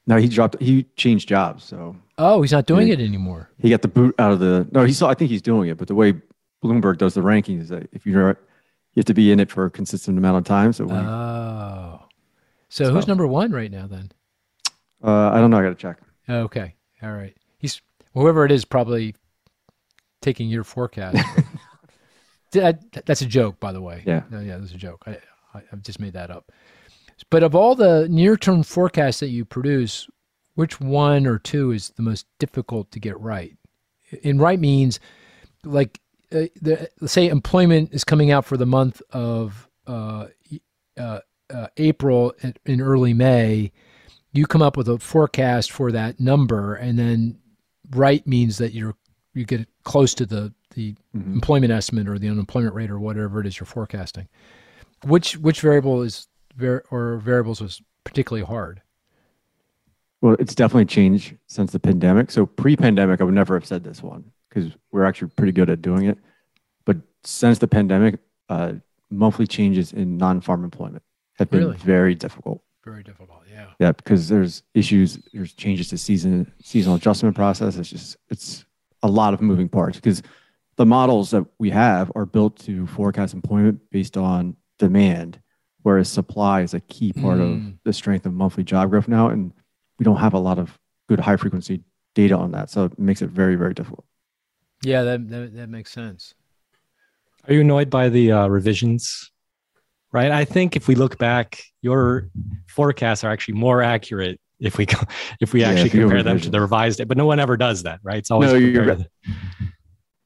S2: No, he dropped. He changed jobs, so
S1: Oh, he's not doing
S2: Yeah.
S1: it anymore.
S2: he got the boot out of the. No, he saw. I think he's doing it, but the way Bloomberg does the rankings is that if you're you have to be in it for a consistent amount of time. So when, uh,
S1: Oh, so who's
S2: So-
S1: number one right now then?
S2: uh, I don't know. I got to check.
S1: Okay. All right. He's whoever it is probably taking your forecast. That- that's a joke, by the way.
S2: Yeah.
S1: No, yeah, that's a joke. I, I, I've just made that up. But of all the near term forecasts that you produce, which one or two is the most difficult to get right? And right means like, uh, the, let's say employment is coming out for the month of uh, y- uh, uh, April and in early May, you come up with a forecast for that number, and then right means that you're you get close to the the
S2: Mhm.
S1: employment estimate or the unemployment rate or whatever it is you're forecasting. Which which variable is var- or variables was particularly hard?
S2: Well, it's definitely changed since the pandemic. So pre-pandemic, I would never have said this one because we're actually pretty good at doing it. But since the pandemic, uh, monthly changes in non-farm employment have been
S1: Really?
S2: very difficult.
S1: Very difficult. Yeah.
S2: Yeah, because there's issues, there's changes to season seasonal adjustment process. It's just it's a lot of moving parts because the models that we have are built to forecast employment based on demand, whereas supply is a key part
S1: Mm.
S2: of the strength of monthly job growth now, and we don't have a lot of good high frequency data on that, so it makes it very very difficult.
S1: Yeah, that that, that makes sense.
S3: Are you annoyed by the uh, revisions? Right. I think if we look back, your forecasts are actually more accurate if we co- if we
S2: Yeah,
S3: actually
S2: if you go
S3: compare them to
S2: revisions.
S3: the revised. But no one ever does that, right? It's always
S2: No, you're
S3: compared-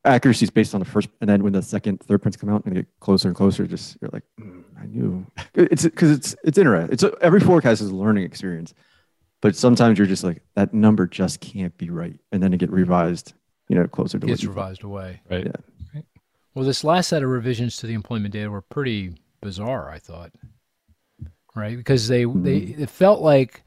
S2: Accuracy is based on the first, and then when the second, third prints come out and get closer and closer, just you're like, "Mm, I knew. It's because it's it's interesting. It's every forecast is a learning experience. but sometimes you're just like that number just can't be right and then it get revised you know closer to what
S1: Gets
S2: you thought.
S1: revised away.
S3: Right. Right.
S1: Well, this last set of revisions to the employment data were pretty bizarre. I thought, right? Because they they it felt like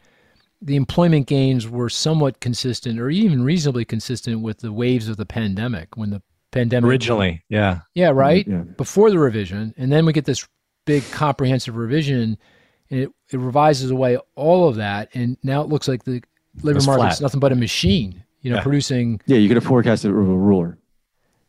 S1: the employment gains were somewhat consistent, or even reasonably consistent, with the waves of the pandemic. When the pandemic
S3: originally. Yeah.
S1: yeah, right
S2: yeah
S1: before the revision, and then we get this big comprehensive revision, and it, it revises away all of that, and now it looks like the labor
S3: It's
S1: market's
S3: flat.
S1: nothing but a machine, you know,
S3: Yeah.
S1: producing
S2: yeah you could have forecasted it with a ruler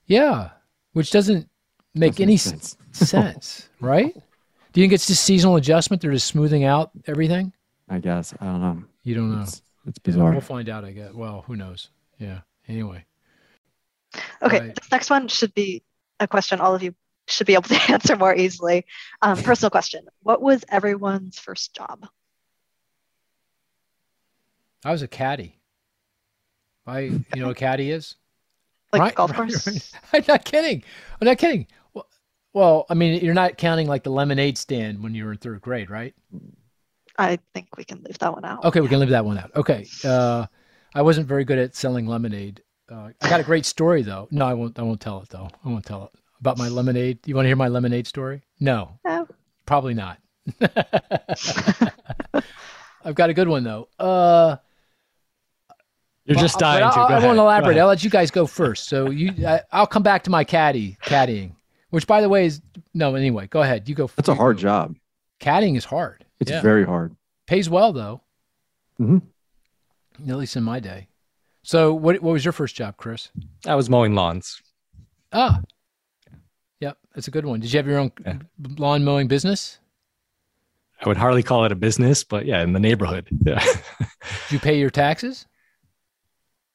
S1: yeah, which doesn't make
S2: Doesn't
S1: any
S2: make
S1: s- sense, right? Do you think it's just seasonal adjustment? They're just smoothing out everything.
S2: i guess i don't know
S1: You don't know.
S2: it's, it's bizarre
S1: We'll find out. I guess. Well, who knows? Yeah. Anyway.
S4: Okay,
S1: Right.
S4: this next one should be a question all of you should be able to answer more easily. Um, personal question: What was everyone's first job?
S1: I was a caddy. I, you know, what a caddy is
S4: Like
S1: Right,
S4: golf
S1: right,
S4: course?
S1: right. I'm not kidding. I'm not kidding. Well, well, I mean, you're not counting like the lemonade stand when you were in third grade, right?
S4: I think we can leave that one out.
S1: Okay, we can leave that one out. Okay, uh, I wasn't very good at selling lemonade. Uh, I got a great story though. No, I won't. I won't tell it though. I won't tell it about my lemonade. You want to hear my lemonade story? No,
S4: No.
S1: probably not. I've got a good one though. Uh,
S3: You're
S1: Well,
S3: just
S1: I'll- but
S3: dying to.
S1: I'll,
S3: Go
S1: I
S3: ahead.
S1: won't
S3: Go
S1: elaborate.
S3: ahead.
S1: I'll let you guys go first. So you, I, I'll come back to my caddy caddying, which by the way is no. Anyway, go ahead. You go.
S2: that's a
S1: you
S2: hard
S1: go.
S2: job
S1: Caddying is hard.
S2: it's
S1: yeah.
S2: very hard
S1: pays well though.
S2: Mhm.
S3: Mm-hmm.
S1: At least in my day. So what what was your first job, Chris?
S3: I was mowing lawns.
S1: Ah, yep, that's a good one. Did you have your own
S3: Yeah.
S1: lawn mowing business?
S3: I would hardly call it a business, but yeah, in the neighborhood. Yeah.
S1: Did you pay your taxes?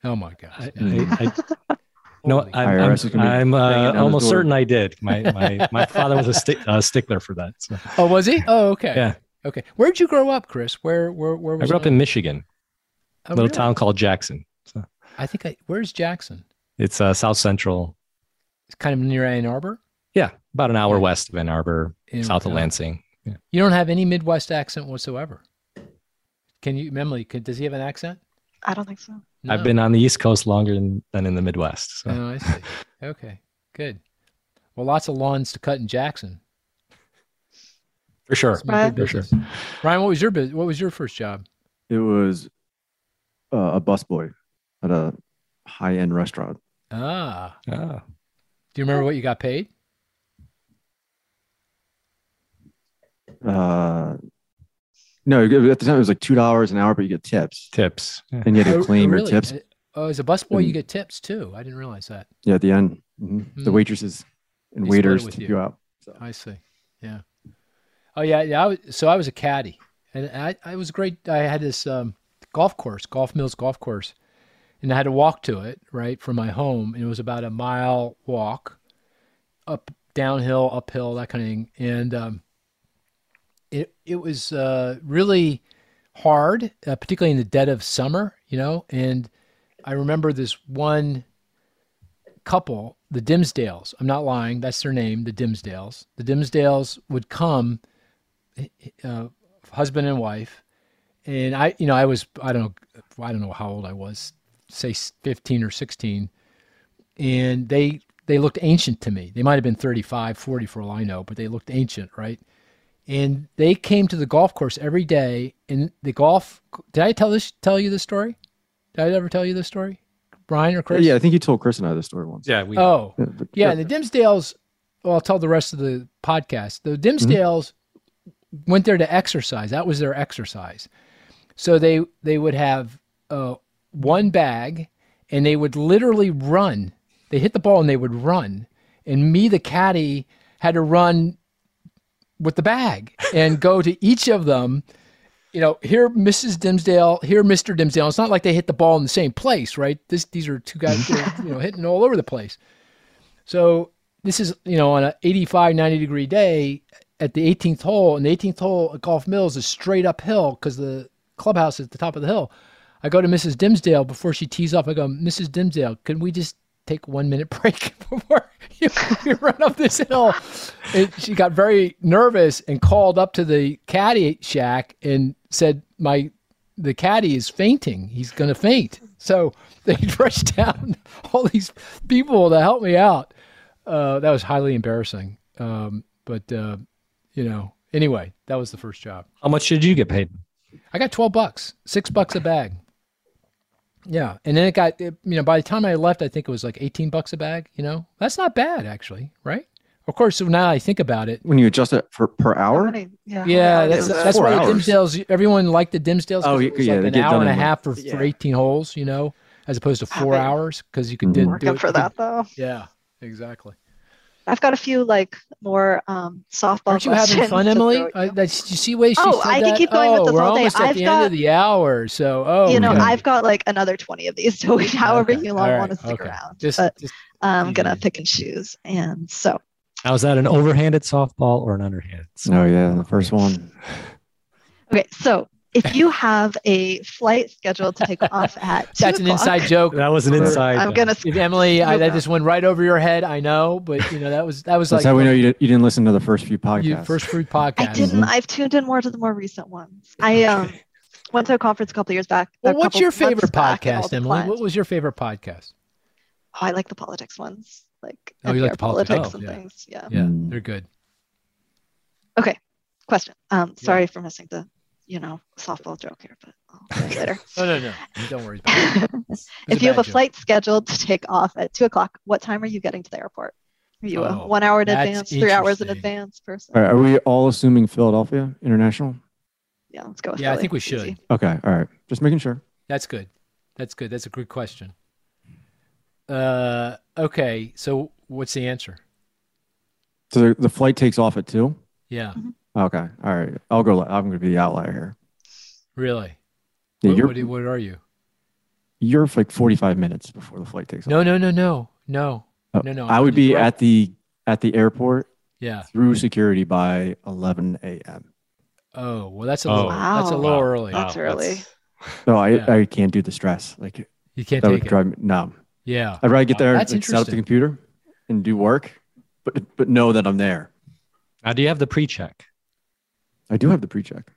S1: Oh my
S3: I,
S1: gosh!
S3: I, I, no,
S1: Holy-
S3: I'm,
S2: IRS is
S3: I'm,
S2: gonna be
S3: I'm
S2: banging
S3: uh,
S2: down his
S3: almost
S2: door.
S3: certain I did. My my, my father was a stick, uh, stickler for that. So.
S1: oh, was he? Oh, okay.
S3: Yeah.
S1: Okay. Where'd you grow up, Chris? Where where where
S3: I
S1: was
S3: grew up
S1: that?
S3: in Michigan,
S1: Oh,
S3: a little
S1: really?
S3: town called Jackson. So
S1: I think I where's Jackson?
S3: it's uh, south central.
S1: It's kind of near Ann Arbor.
S3: Yeah, about an hour
S1: Yeah.
S3: west of Ann Arbor,
S1: In-
S3: south of
S1: uh,
S3: Lansing. Yeah.
S1: You don't have any Midwest accent whatsoever. Can you, Memley? Can, does he have an accent?
S4: I don't think so.
S3: I've
S1: No.
S3: been on the East Coast longer than, than in the Midwest. So.
S1: Oh, I see. Okay, good. Well, lots of lawns to cut in Jackson.
S3: For sure.
S1: It's been good
S3: Right. For sure.
S1: business. Ryan, what was your bus- what was your first job?
S2: it was uh, a busboy at a high-end restaurant
S1: Ah,
S3: Ah.
S1: do you remember what you got paid?
S2: uh, no at the time it was like two dollars an hour but you get tips
S3: tips. Yeah.
S2: and you had
S1: Oh,
S2: to claim
S1: oh,
S2: your
S1: really?
S2: tips Mm-hmm.
S1: Uh, Oh, as a busboy, you
S2: And-
S1: get tips too. I didn't realize that.
S2: yeah at the end hmm the
S1: Hmm.
S2: waitresses and
S1: They split it
S2: waiters
S1: with
S2: tip
S1: you. Uh,
S2: you out so.
S1: I see. Yeah. Oh yeah, yeah. I was, so I was a caddy, and I, I was great. I had this um, golf course, Golf Mills Golf Course, and I had to walk to it right from my home, and it was about a mile walk, up downhill, uphill, that kind of thing, and um, it it was uh, really hard, uh, particularly in the dead of summer, you know. And I remember this one couple, the Dimsdales. I'm not lying; that's their name, the Dimsdales. The Dimsdales would come uh, husband and wife, and I, you know, I was I don't know I don't know how old I was, say fifteen or sixteen, and they they looked ancient to me. They might have been 35, 40 for all I know, but they looked ancient, right? And they came to the golf course every day. And the golf did I tell this tell you this story? Did I ever tell you this story, Brian or Chris?
S2: Yeah, I think you told Chris and I this story once.
S3: Yeah, we
S1: Oh,
S2: Yeah, but-
S1: yeah. And the Dimsdales. Well, I'll tell the rest of the podcast. The Dimsdales went there to exercise. That was their exercise. So they they would have uh, one bag, and they would literally run. They hit the ball and they would run. And me, the caddy, had to run with the bag and go to each of them. You know, here Mrs. Dimsdale, here Mr. Dimsdale. It's not like they hit the ball in the same place, right? This, these are two guys, that are, you know, hitting all over the place. So this is, you know, on an 85, 90 degree day at the 18th hole, and the 18th hole at Golf Mills is straight uphill because the clubhouse is at the top of the hill. I go to Mrs. Dimsdale before she tees off. I go, Mrs. Dimsdale, can we just take one minute break before you, you run up this hill? And she got very nervous and called up to the caddy shack and said, my the caddy is fainting. He's going to faint. So they rushed down all these people to help me out. Uh, that was highly embarrassing. Um, but, uh, you know, anyway, that was the first job.
S3: how much did you get paid?
S1: I got 12 bucks, six bucks a bag. Yeah. And then it got, it, you know, by the time I left, I think it was like 18 bucks a bag. You know, that's not bad actually, right? Of course, so now I think about it.
S2: When you adjust it for per
S4: How
S2: hour,
S4: many- Yeah. how
S1: Yeah, that's
S4: many hours
S2: it's
S4: is it?
S1: that's
S2: four
S1: why
S2: hours.
S1: Dimsdale's. Everyone liked the Dimsdales. 'cause
S2: Oh,
S1: it was
S2: yeah,
S1: like
S2: they
S1: an
S2: get
S1: hour
S2: done
S1: and a
S2: in a
S1: half for, for
S2: yeah. eighteen
S1: eighteen holes, you know, as opposed to four
S4: bet.
S1: hours because you could
S2: Mhm.
S1: did-
S4: Work
S1: do
S4: up
S1: it-
S4: for
S1: you could-
S4: that though.
S1: Yeah, exactly.
S4: I've got a few like more um, softball.
S1: Aren't you having
S4: questions
S1: fun,
S4: to
S1: Emily?
S4: throw at
S1: I,
S4: you.
S1: that, did you see way she
S4: Oh,
S1: said
S4: I
S1: that?
S4: could keep going with
S1: oh,
S4: this
S1: we're
S4: all day.
S1: almost at
S4: I've
S1: the end of
S4: got-
S1: the hour, so oh,
S4: you know,
S1: okay.
S4: I've got like another 20 of these, so however
S1: Okay,
S4: you
S1: all
S4: long
S1: right,
S4: want to stick
S1: okay.
S4: around.
S1: Just,
S4: but um,
S1: just
S4: I'm
S1: easy.
S4: gonna pick and choose, and so
S3: Now is that an overhanded softball or an underhanded? softball?
S2: Oh yeah, the first one.
S4: okay, so if you have a flight scheduled to take off at,
S1: that's
S4: two
S1: an inside
S4: o'clock,
S1: joke.
S3: That was an
S2: I'm
S3: inside. uh,
S4: I'm gonna.
S1: If Emily, I, that
S4: Okay.
S1: just went right over your head. I know, but you know that was that was
S2: That's
S1: like
S2: how we know you, did, you didn't listen to the first few podcasts.
S1: you first fruit
S4: I
S1: podcast.
S4: didn't. I've tuned in more to the more recent ones. I um went to a conference a couple years back.
S1: Well,
S4: a
S1: what's
S4: couple
S1: your
S4: months
S1: favorite
S4: back, and all
S1: podcast,
S4: the
S1: Emily?
S4: clients-
S1: What was your favorite podcast?
S4: Oh, I like the politics ones, like
S1: Oh, you like
S4: NPR
S1: the politics.
S4: politics
S1: Oh,
S4: and
S1: yeah.
S4: things. Yeah.
S1: Yeah,
S2: Mm.
S1: they're good.
S4: Question. Um,
S1: Yeah.
S4: sorry for missing the, you know, softball joke here, but I'll see you later.
S1: No, no, no. Don't worry about it.
S4: if you have a flight scheduled to take off at two o'clock, what time are you getting to the airport? Are
S1: Oh,
S4: you a one hour in
S1: that's
S4: advance, three hours in
S1: interesting.
S4: advance person?
S2: All right, are we all assuming Philadelphia International?
S4: Yeah, let's go with
S1: Yeah, I
S4: Philly.
S1: think we
S4: It's
S1: should.
S4: easy.
S2: Okay, all right. Just making sure.
S1: That's good. That's good. That's a good question. Uh, okay. So what's the answer?
S2: So the, the flight takes off at two.
S1: Yeah,
S2: Okay, all right. I'll go. la- I'm going to be the outlier here.
S1: really.
S2: Yeah,
S1: what,
S2: you're
S1: what, do- what are you?
S2: you're like 45 minutes before the flight takes off.
S1: No, no, no, no, no,
S2: Oh,
S1: no, no.
S2: I would be
S1: Right.
S2: at the at the airport
S1: Yeah.
S2: through security by 11 a.m.
S1: Oh, well, that's a
S3: Oh.
S1: little. That's a
S4: Wow.
S1: little early.
S2: Uh,
S4: Wow. That's early.
S3: that's-
S2: No, I
S1: Yeah.
S2: I can't do the stress. Like
S1: You can't
S2: that
S1: take
S2: would
S1: it.
S2: drive me. No,
S1: Yeah.
S2: I'd rather get there,
S1: That's
S2: like, set up the
S1: interesting.
S2: computer, and do work, but but know that I'm there.
S3: Now, do you have the pre-check?
S2: I do have the pre-check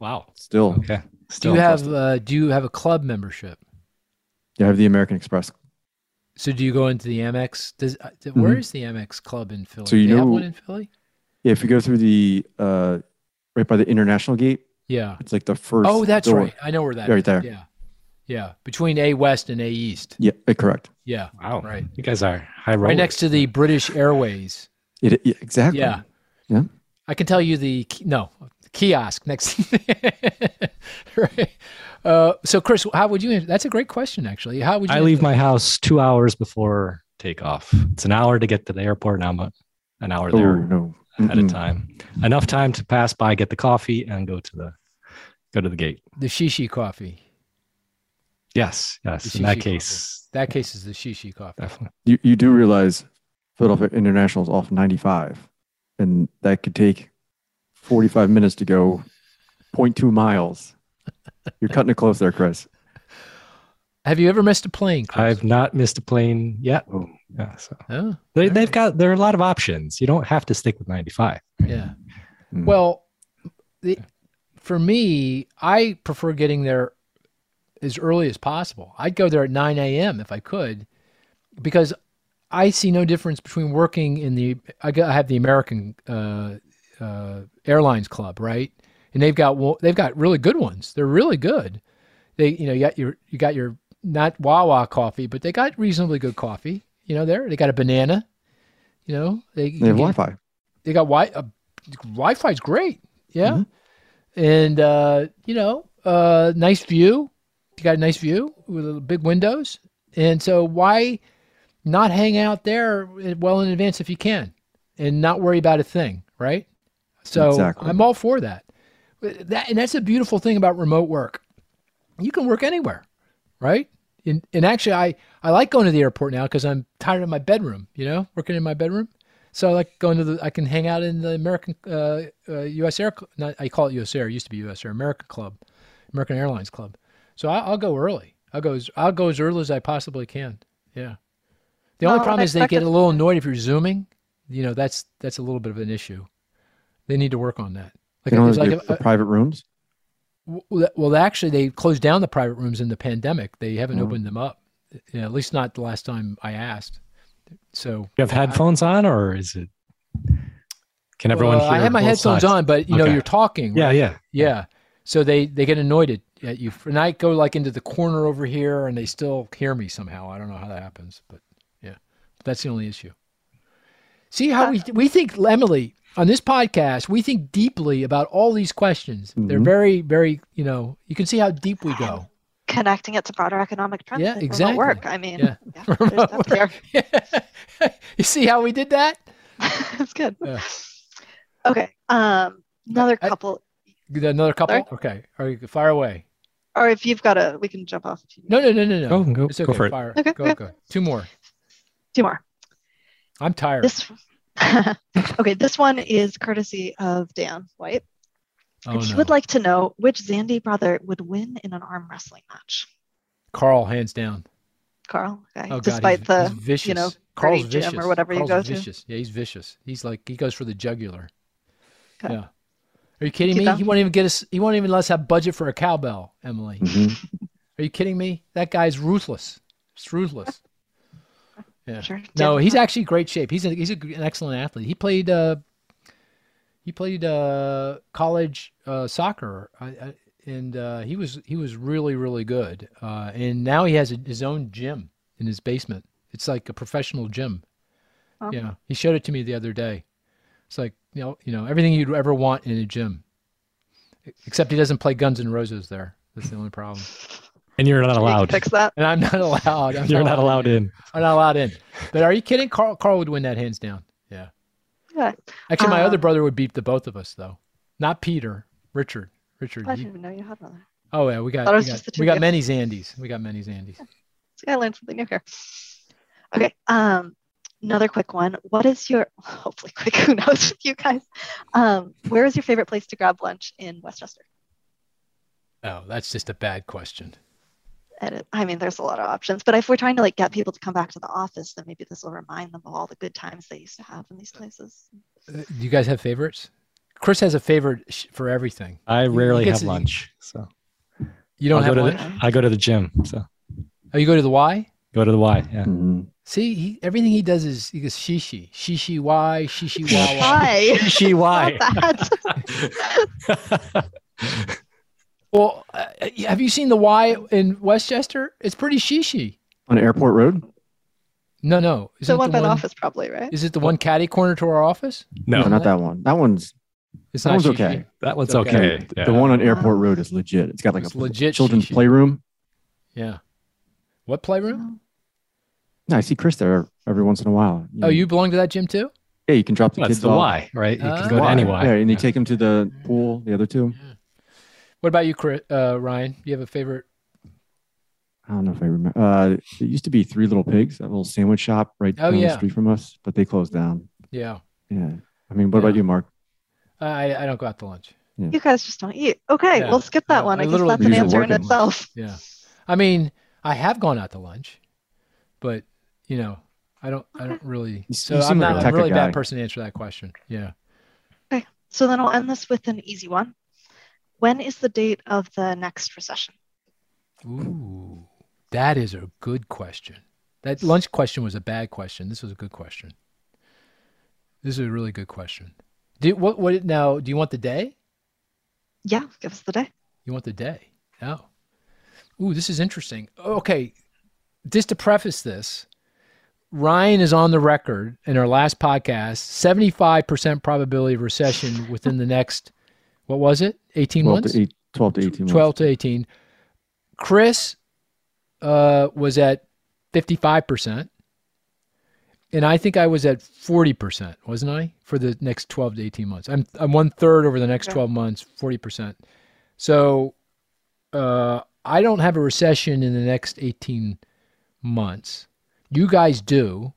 S3: Wow.
S2: still.
S3: Okay.
S1: Do
S3: Still
S1: you have
S2: trust
S1: uh, Do you have a club membership?
S2: Yeah, I have the American Express.
S1: So do you go into the Amex? Does uh, th- where is the Amex club in Philly?
S2: Mm-hmm. So you
S1: Do they have
S2: know-
S1: one in Philly?
S2: Yeah, if you go through the uh, right by the international gate,
S1: Yeah.
S2: it's like the first.
S1: Oh, that's
S2: door.
S1: right. I know where that is.
S2: Right there.
S1: Yeah. Yeah. Between A West and A East.
S2: Yeah, eh, correct.
S1: Yeah.
S3: Wow.
S1: Right.
S3: You guys are high rollers.
S1: Right next to the British Airways.
S2: It, yeah, exactly.
S1: Yeah.
S2: Yeah.
S1: I can tell you the ki- no kiosk next. right. Uh, so Chris, how would you? That's a great question, actually. How would you?
S3: I leave my house two hours before takeoff. It's an hour to get to the airport, and I'm a, an hour
S2: Oh
S3: there
S2: no.
S3: ahead of
S2: Mm-mm.
S3: time. Enough time to pass by, get the coffee, and go to the go to the gate.
S1: the shishi coffee.
S3: Yes, yes.
S1: The
S3: In that
S1: shishi
S3: case,
S1: That case is the shishi coffee.
S3: definitely.
S2: You you do realize Philadelphia International is off 95, and that could take 45 minutes to go 0.2 miles. You're cutting it close there, Chris.
S1: Have you ever missed a plane? Chris?
S3: I've not missed a plane yet. Yeah, so
S1: Oh,
S3: they,
S1: Alright.
S3: they've got there are a lot of options. You don't have to stick with 95.
S1: yeah.
S2: Mm.
S1: Well, the, for me, I prefer getting there as early as possible. I'd go there at 9 a.m. if I could, because I see no difference between working in the. I, got, I have the American uh, uh, Airlines Club, right? And they've got well, they've got really good ones. They're really good. They you know you got your you got your not Wawa coffee, but they got reasonably good coffee. You know there they got a banana. You know they,
S2: They have Wi-Fi.
S1: they got wi uh, Wi-Fi's great. Yeah, and uh, you know, uh, nice view. You got a nice view with little big windows, and so why not hang out there well in advance if you can, and not worry about a thing, right? So
S2: Exactly.
S1: I'm all for that. But That and that's a beautiful thing about remote work. You can work anywhere, right? And and actually, I I like going to the airport now because I'm tired of my bedroom. You know, working in my bedroom. So I like going to the, I can hang out in the American, uh, uh, US Air, Cl- not, I call it US Air, it used to be US Air, American Club, American Airlines Club. So I, I'll go early. I'll go, as, I'll go as early as I possibly can. Yeah. The only
S4: No,
S1: problem
S4: I
S1: is they get
S4: expected-
S1: a little annoyed if you're zooming. You know, that's, that's a little bit of an issue. They need to work on that. Like,
S2: They don't
S1: it's
S2: have
S1: like
S2: the-
S1: a- uh,
S2: the private rooms.
S1: well, that- well, actually, they closed down the private rooms in the pandemic. They haven't
S3: Mm-hmm.
S2: Mm.
S1: opened them up, yeah, at least not the last time I asked. So
S3: You have headphones on, or is it? Can everyone?
S1: Well, I
S3: hear
S1: had my
S3: both
S1: headphones
S3: sides?
S1: on, but you know,
S3: Okay.
S1: you're talking.
S3: Yeah, yeah.
S1: Yeah. So they they get annoyed at- at you, and I go like into the corner over here, and they still hear me somehow. I don't know how that happens, but yeah, that's the only issue. See how we we think, Emily, on this podcast, we think deeply about all these questions. They're
S3: Mm-hmm.
S2: Mhm.
S1: very, very, you know, you can see how deep we go.
S4: Connecting it to broader economic trends.
S1: Yeah,
S4: like remote
S1: exactly.
S4: Work. I mean,
S1: Yeah.
S4: there's
S1: Remote
S4: depth here.
S1: you see how we did that?
S4: That's good.
S1: Yeah.
S4: Okay. Um, another
S1: I-
S4: couple,
S1: Another couple.
S4: Sorry?
S1: Okay, are you fire away?
S4: or if you've got a, we can jump off. if you need.
S1: No, no, no, no, no.
S3: Go, go,
S1: it's
S3: go
S1: okay.
S3: for it.
S1: Fire.
S4: Okay,
S1: go,
S4: okay.
S1: go. Two more.
S4: Two more.
S1: I'm tired.
S4: This. okay, this one is courtesy of Dan White.
S1: oh,
S4: and he
S1: no.
S4: would like to know which Zandy brother would win in an arm wrestling match.
S1: Carl, hands down.
S4: Carl, okay.
S1: Oh, God,
S4: Despite
S1: he's,
S4: the
S1: he's vicious.
S4: you know,
S1: Carl's
S4: dirty gym
S1: vicious
S4: or whatever you
S1: Carl's
S4: go to.
S1: vicious. Yeah, he's vicious. He's like he goes for the jugular.
S4: Okay.
S1: Yeah. Are you kidding
S4: Keep
S1: me?
S4: going.
S1: He won't even get us. He won't even let us have budget for a cowbell, Emily.
S2: Mhm.
S1: Are you kidding me? That guy's ruthless. It's ruthless. Yeah.
S4: sure.
S1: No,
S4: Dan-
S1: he's actually in great shape. He's a, he's a, g- an excellent athlete. He played uh, he played uh, college uh, soccer, I, I, and uh, he was he was really really good. Uh, and now he has a, his own gym in his basement. It's like a professional gym.
S4: Wow.
S1: Yeah, he showed it to me the other day. It's like you know you know everything you'd ever want in a gym, except he doesn't play Guns N' Roses there. That's the only problem.
S3: And you're not
S4: you can
S3: allowed.
S4: Fix that.
S1: And I'm not allowed. I'm
S3: You're not allowed in.
S1: I'm not allowed in. But are you kidding? Carl Carl would win that hands down. Yeah.
S4: Yeah.
S1: Actually, my other
S4: Um,
S1: brother would beat the both of us though. Not Peter, Richard. Richard.
S4: I
S1: he-
S4: didn't even know you had another.
S1: oh yeah, we got
S4: Thought it
S1: we
S4: was
S1: got,
S4: just the two
S1: we
S4: of
S1: got
S4: you.
S1: many Zandies. We got many Zandies.
S4: See, I learned something new here. Okay. Um, another quick one. What is your hopefully quick? Who knows with you guys? Um, where is your favorite place to grab lunch in Westchester?
S1: Oh, that's just a bad question.
S4: And it, I mean, there's a lot of options, but if we're trying to like get people to come back to the office, then maybe this will remind them of all the good times they used to have in these places.
S1: Uh, Do you guys have favorites? Chris has a favorite sh- for everything.
S3: I rarely
S1: gets
S3: have
S1: it.
S3: lunch, so
S1: You don't
S3: I'll
S1: have
S3: go
S1: one.
S3: to the, I go to the gym. So
S1: oh, you go to the Y.
S3: go to the Y. Yeah.
S2: Mhm.
S1: See, he, everything he does is he goes shishi, shishi Y, shishi
S2: Yeah.
S1: Wawa.
S4: Why?
S3: She
S4: Not
S3: Y.
S4: that.
S1: Well, uh, uh, have you seen the Y in Westchester? It's pretty shishi.
S2: On Airport Road?
S1: No, no. Isn't
S4: the
S1: it
S4: one
S1: the
S4: by the
S1: one-
S4: office, probably, right?
S1: Is it the one caddy corner to our office?
S2: No,
S3: no,
S2: not that one. That one's
S1: It's
S2: that
S1: not
S2: one's
S1: shishi.
S2: okay.
S3: that one's
S1: It's okay.
S3: okay.
S2: The-
S3: Yeah.
S2: The one on
S4: Wow.
S2: Airport Road is legit. It's got like
S1: It's
S2: a
S1: legit
S2: children's
S1: shishi.
S2: playroom.
S1: Yeah. What playroom?
S2: No, I see Chris there every once in a while.
S1: Oh, you belong to that gym too?
S2: Yeah, you can drop the
S3: That's
S2: kids
S3: the
S2: off.
S3: Y, right? You
S1: Ah.
S3: can go to
S2: Y.
S3: any Y.
S2: Yeah, and you
S3: Yeah.
S2: take them to the pool. The other two.
S1: What about you, Chris, uh, Ryan? Do you have a favorite?
S2: I don't know if I remember. Uh, it used to be Three Little Pigs, that little sandwich shop right
S1: Oh,
S2: down
S1: yeah.
S2: the street from us, but they closed down.
S1: Yeah.
S2: Yeah. I mean, what about
S1: Yeah.
S2: you, Mark?
S1: I, I don't go out to lunch.
S4: You guys just don't eat. Okay,
S1: Yeah.
S4: we'll skip that
S1: I-
S4: one.
S1: I
S4: I, guess
S1: literally
S4: that's an
S2: usually
S4: answer
S2: work
S4: in
S2: at lunch.
S4: itself.
S1: Yeah. I mean, I have gone out to lunch, but you know, I don't, I don't really.
S2: You
S1: So
S2: seem
S1: I'm
S2: like
S1: not
S2: a
S1: I'm
S2: Tekka
S1: really a
S2: guy.
S1: bad person to answer that question. Yeah.
S4: So then I'll end this with an easy one. When is the date of the next recession?
S1: Ooh, that is a good question. That lunch question was a bad question. This was a good question. This is a really good question. Do what? What now? Do you want the day?
S4: Yeah, give us the day.
S1: You want the day? No. Ooh, this is interesting. Okay, just to preface this, Ryan is on the record in our last podcast: seventy-five percent probability of recession within the next. What was it? Eighteen
S2: 12
S1: months.
S2: to, eight, 12 to 18 months.
S1: 12 to 18. Chris uh, was at 55%. And I think I was at 40%, wasn't I? For the next 12 to 18 months. I'm, I'm one third over the next
S4: Okay.
S1: 12 months, 40%. So uh, I don't have a recession in the next 18 months. You guys do.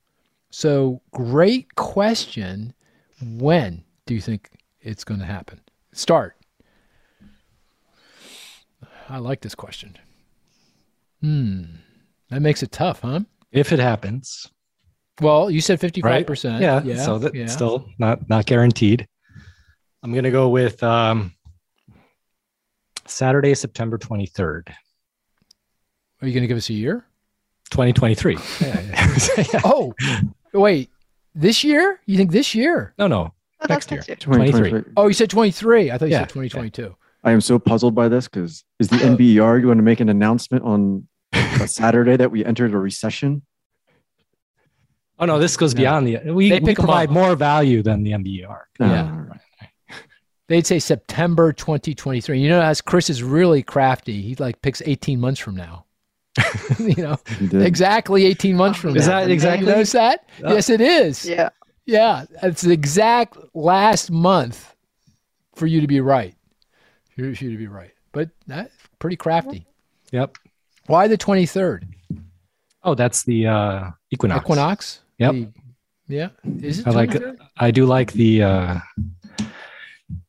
S1: So great question. When do you think it's going to happen? Start. I like this question. Hmm. That makes it tough, huh?
S3: if it happens,
S1: Well, you said 55%.
S3: yeah, so that's
S1: yeah.
S3: still not not guaranteed. I'm gonna go with um, Saturday, September 23rd,
S1: Are you going to give us a year?
S3: 2023.
S1: Oh, wait. This year? You think this year?
S3: no, no,
S4: Oh,
S3: Next
S4: that's next year.
S2: 2023.
S1: Oh, you said 23. I thought you
S3: Yeah,
S1: said 2022.
S2: I am so puzzled by this because is the E
S1: Uh,
S2: NBER going to make an announcement on a Saturday that we entered a recession?
S3: oh no, this goes
S1: No.
S3: beyond the. We,
S1: They
S3: we
S1: pick 'em
S3: provide
S1: up.
S3: more value than the E MBER.
S2: No,
S1: Yeah.
S2: no, no, no.
S1: They'd say September 2023. You know, as Chris is really crafty, he like picks 18 months from now. you know,
S2: You did.
S1: exactly 18 months from
S3: Is
S1: now.
S3: that exactly-
S1: You notice that?
S3: Yeah.
S1: Yes, it is.
S4: Yeah.
S1: Yeah, it's the exact last month for you to be right. For you to be right, but that's pretty crafty.
S3: Yep.
S1: Why the twenty third
S3: Oh, that's the uh, equinox.
S1: equinox?
S3: Yep.
S1: The- yeah. Is it?
S3: I like it.
S1: 23rd?
S3: I do like the uh,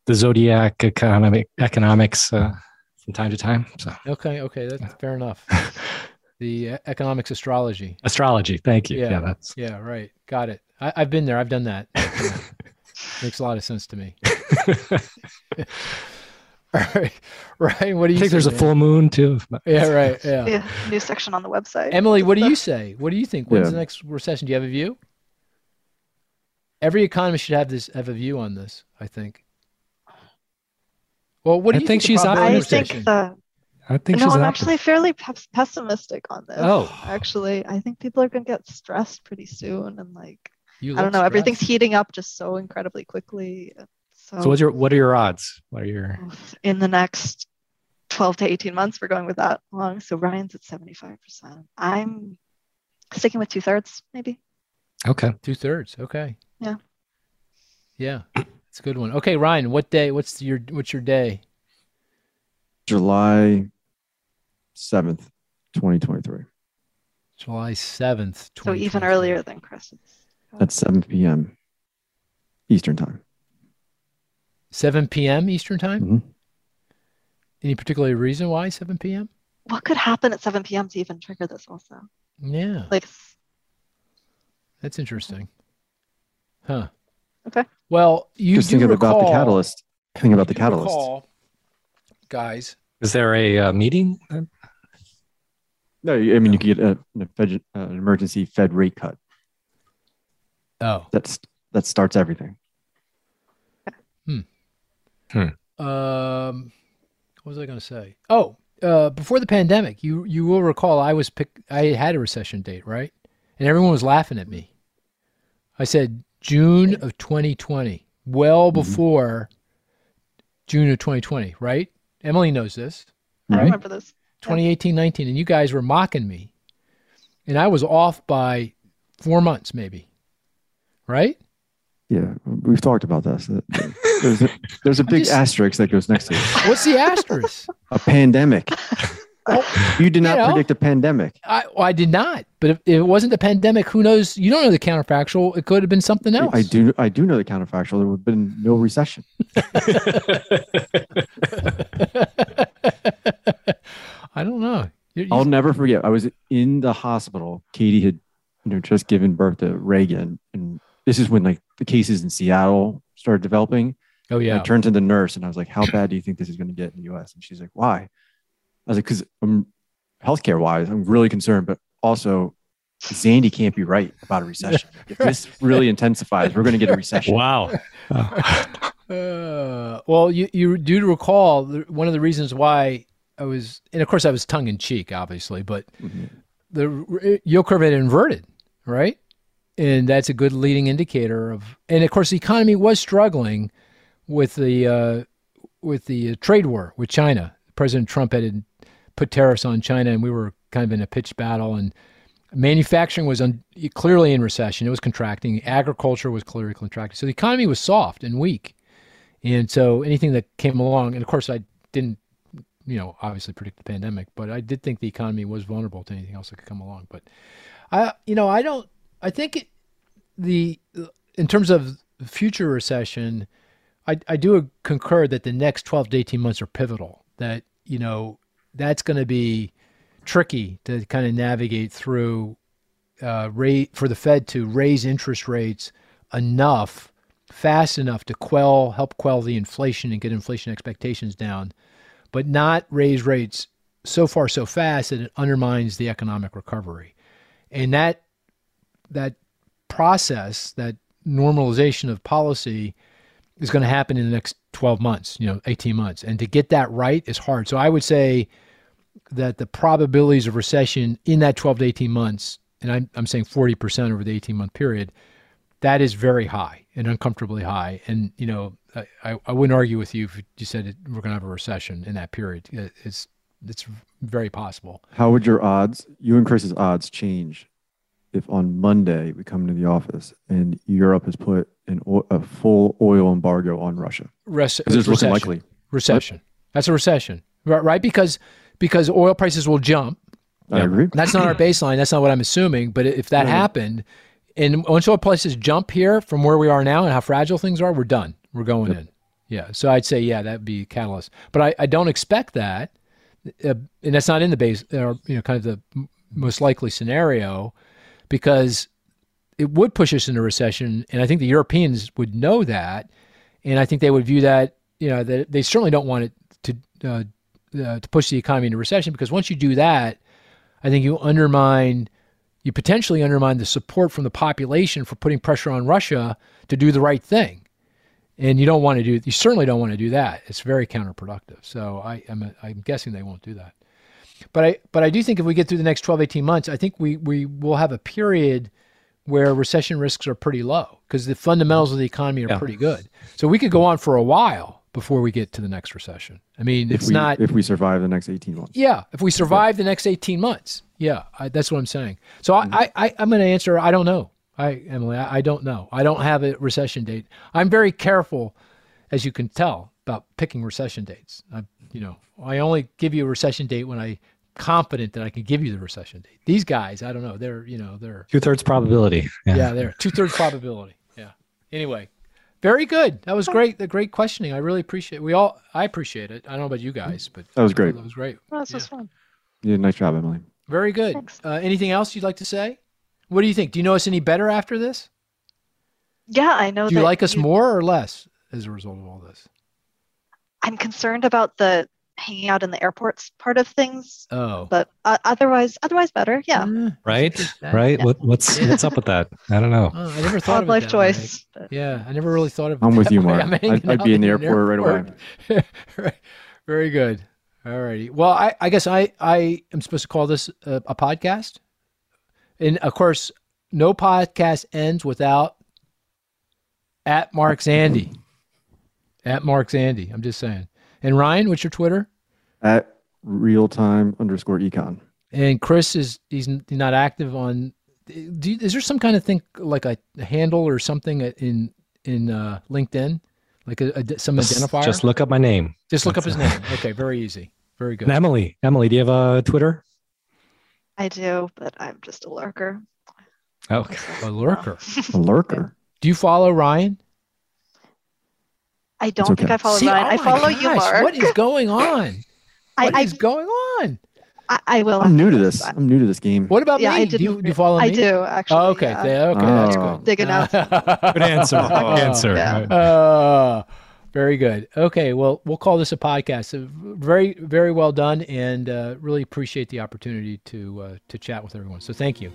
S3: the zodiac economic economics uh, from time to time. So
S1: Okay. Okay. That's
S3: Yeah.
S1: fair enough. the uh, economics astrology.
S3: astrology. Thank you.
S1: Yeah.
S3: Yeah, that's
S1: Yeah. Right. Got it. I, I've been there. I've done that. Yeah. Makes a lot of sense to me. All right. Ryan, What do
S3: I
S1: you
S3: think
S1: say,
S3: there's a
S1: man?
S3: full moon too.
S1: Yeah. Right. Yeah.
S4: Yeah. New section on the website.
S1: Emily, what do you say? What do you think? When's
S2: Yeah.
S1: the next recession? Do you have a view? Every economist should have this have a view on this. I think. Well, what do
S3: I
S1: you
S3: think
S1: the
S3: she's
S1: probability
S3: on
S1: of
S4: I
S3: Emily,
S1: recession?
S4: think the
S3: I think
S4: no,
S3: she's
S4: I'm
S3: up-
S4: actually fairly pes- pessimistic on this.
S3: Oh.
S4: actually, I think people are gonna get stressed pretty soon, and like
S1: You
S4: I
S1: look
S4: don't know, everything's
S1: stressed.
S4: heating up just so incredibly quickly. So,
S3: So what's your what are your odds? What are your
S4: in the next 12 to 18 months, we're going with that long. So Ryan's at 75%. I'm sticking with two thirds, maybe.
S3: okay?
S1: two thirds. Okay.
S4: Yeah.
S1: Yeah, it's a good one. Okay, Ryan, what day? What's your what's your day?
S2: July 7th, 2023.
S1: July seventh.
S4: So even earlier than Chris's.
S2: At 7 p.m. Eastern time.
S1: Seven p.m. Eastern time.
S2: Mhm.
S1: Any particular reason why seven p.m.?
S4: What could happen at 7 p.m. to even trigger this also?
S1: Yeah.
S4: Like,
S1: That's interesting. Huh.
S4: Okay.
S1: Well, you
S2: Just
S1: do
S2: thinking
S1: recall,
S2: about the catalyst. Think about
S1: you
S2: the
S1: do
S2: catalyst.
S1: recall, guys.
S3: Is there a uh, meeting?
S2: No, you- I mean, you could get a, an, fed, uh, an emergency Fed rate cut.
S1: Oh.
S2: That's That starts everything.
S1: Um, what was I going to say? Oh, uh, before the pandemic, you you will recall I was pick. I had a recession date, right? And everyone was laughing at me. I said June of 2020, well
S2: Mm-hmm.
S1: before June of 2020, right? Emily knows this.
S4: I
S2: Right.
S4: remember this.
S1: 2018 19 and you guys were mocking me and i was off by four months maybe right
S2: Yeah, we've talked about this. That- There's a, there's a big
S1: just-
S2: asterisk that goes next to it.
S1: what's the asterisk
S2: A pandemic. you did not
S1: Oh, you know.
S2: predict a pandemic.
S1: I, well, I did not but if, if it wasn't the pandemic who knows you don't know the counterfactual it could have been something else
S2: I do. I do know the counterfactual. There would have been no recession.
S1: i don't know You- you-
S2: I'll never forget. I was in the hospital. Katie had, you know, just given birth to Reagan, and this is when like the cases in Seattle started developing.
S1: Oh
S2: And
S1: yeah.
S2: I turned to the nurse and I was like, "How bad do you think this is going to get in the U.S.?" And she's like, "Why?" I was like, "Because I'm healthcare wise, I'm really concerned, but also Zandy can't be right about a recession. If this really intensifies, we're going to get a recession."
S3: Wow. Oh,
S1: Uh, well, you, you do recall the- one of the reasons why I was, and of course I was tongue in cheek, obviously, but
S2: Mhm.
S1: the r- yield curve had inverted, right? And that's a good leading indicator of, and of course the economy was struggling with the uh, with the uh, trade war with China. President Trump had put tariffs on China, and we were kind of in a pitched battle. And manufacturing was un- clearly in recession; it was contracting. Agriculture was clearly contracting. So the economy was soft and weak. And so anything that came along, and of course, I didn't, you know, obviously predict the pandemic, but I did think the economy was vulnerable to anything else that could come along. But I, you know, I don't, I think it, the, in terms of future recession, I, I do concur that the next 12 to 18 months are pivotal, that, you know, that's going to be tricky to kind of navigate through uh, rate for the Fed to raise interest rates enough fast enough to quell, help quell the inflation and get inflation expectations down, but not raise rates so far so fast that it undermines the economic recovery. And that that process, that normalization of policy is going to happen in the next 12 months, you know, 18 months. And to get that right is hard. So I would say that the probabilities of recession in that 12 to 18 months, and I'm, I'm saying 40% over the 18 month period, that is very high and uncomfortably high. And you know, I- I, I wouldn't argue with you if you said it, we're going to have a recession in that period. It- It's it's very possible.
S2: How would your odds, you and Chris's odds, change if on Monday we come into the office and Europe has put an o- a full oil embargo on Russia?
S1: Res-
S2: Because it's
S1: recession.
S2: looking likely.
S1: Recession. That's a recession, right? Right? Because because oil prices will jump.
S2: I agree.
S1: That's not our baseline. That's not what I'm assuming. But if that
S2: Right.
S1: happened, and once oil prices jump here from where we are now and how fragile things are, we're done. We're going in. Yeah. So I'd say, yeah, that'd be a catalyst. But I, I don't expect that. Uh, and that's not in the base, or, you know, kind of the m- most likely scenario because it would push us into recession. And I think the Europeans would know that. And I think they would view that, you know, that they certainly don't want it to, uh, uh, to push the economy into recession because once you do that, I think you undermine, you potentially undermine the support from the population for putting pressure on Russia to do the right thing. And you don't want to do, you certainly don't want to do that. It's very counterproductive. So I, I'm, I'm guessing they won't do that. But I, but I do think if we get through the next 12, 18 months, I think we, we will have a period where recession risks are pretty low because the fundamentals of the economy are
S3: Yeah.
S1: pretty good. So we could go on for a while before we get to the next recession. I mean,
S2: If
S1: it's
S2: we,
S1: not
S2: if we survive the next 18 months.
S1: yeah, if we survive the next eighteen months, yeah, I, that's what I'm saying. So I,
S2: Mm-hmm.
S1: I, I I'm going to answer. I don't know. I Emily, I, I don't know. I don't have a recession date. I'm very careful, as you can tell, about picking recession dates. I, you know, I only give you a recession date when I confident that I can give you the recession date. These guys, I don't know. They're you know they're
S3: Two thirds probability.
S1: yeah, they're two thirds probability. Yeah. Anyway, very good. That was great. The great questioning. I really appreciate. We all I appreciate it. I don't know about you guys, but
S2: That was great.
S1: that was great.
S4: Well, Oh, this was
S1: Yeah.
S4: fun.
S2: You did a nice job, Emily.
S1: Very good.
S4: Thanks.
S1: Uh, anything else you'd like to say? What do you think? Do you know us any better after this?
S4: Yeah, I know.
S1: Do you
S4: that
S1: like us more or less as a result of all this?
S4: I'm concerned about the hanging out in the airports part of things,
S1: Oh,
S4: but uh, otherwise, otherwise better. Yeah,
S1: Eh,
S3: Right.
S1: that-
S3: Right. What, what's
S1: Yeah.
S3: what's up with that? I don't know.
S1: oh, I never thought
S4: odd
S1: of it
S4: life
S1: that way.
S4: choice. but-
S1: Yeah, I never really thought of. it
S2: I'm with
S1: that
S2: you,
S1: way.
S2: Mark.
S1: I'm
S2: I'd-
S1: hanging
S2: I'd
S1: out
S2: be in
S1: in
S2: the
S1: an
S2: airport right away.
S1: Right. Very good. All righty. Well, I, I guess I, I am supposed to call this a, a podcast. And of course, no podcast ends without at Mark's Andy. At Mark's Andy. I'm just saying. And Ryan, what's your Twitter?
S2: At real time underscore econ.
S1: And Chris is he's n- not active on. Do you, is there some kind of thing like a handle or something in in uh, LinkedIn, like a, a- some
S3: Just,
S1: identifier?
S3: just look up my name.
S1: Just look up his name. Okay, very easy. Very good.
S3: And Emily. Emily, do you have a Twitter?
S4: I do, but I'm just a lurker.
S3: Oh,
S1: A lurker.
S2: A lurker.
S1: Do you follow Ryan?
S4: I don't
S2: okay.
S4: think I follow Ryan.
S1: oh
S4: I
S1: my
S4: follow you,
S1: gosh,
S4: Mark.
S1: What is going on?
S4: I,
S1: What
S4: I,
S1: is going on?
S4: I, I will.
S2: I'm new to
S4: after
S2: this. I'm new to this game.
S1: What about
S4: Yeah, I
S1: me? Do
S4: didn't
S1: you, do you follow
S4: I
S1: me?
S4: do actually.
S1: Oh, okay.
S4: yeah.
S1: th- okay, that's
S2: Oh.
S1: good.
S4: Digging out.
S3: good answer. Good
S1: Oh.
S3: answer.
S4: Yeah.
S1: Uh, Very good. Okay. Well, we'll call this a podcast. So very, very well done, and uh, really appreciate the opportunity to uh, to chat with everyone. So thank you.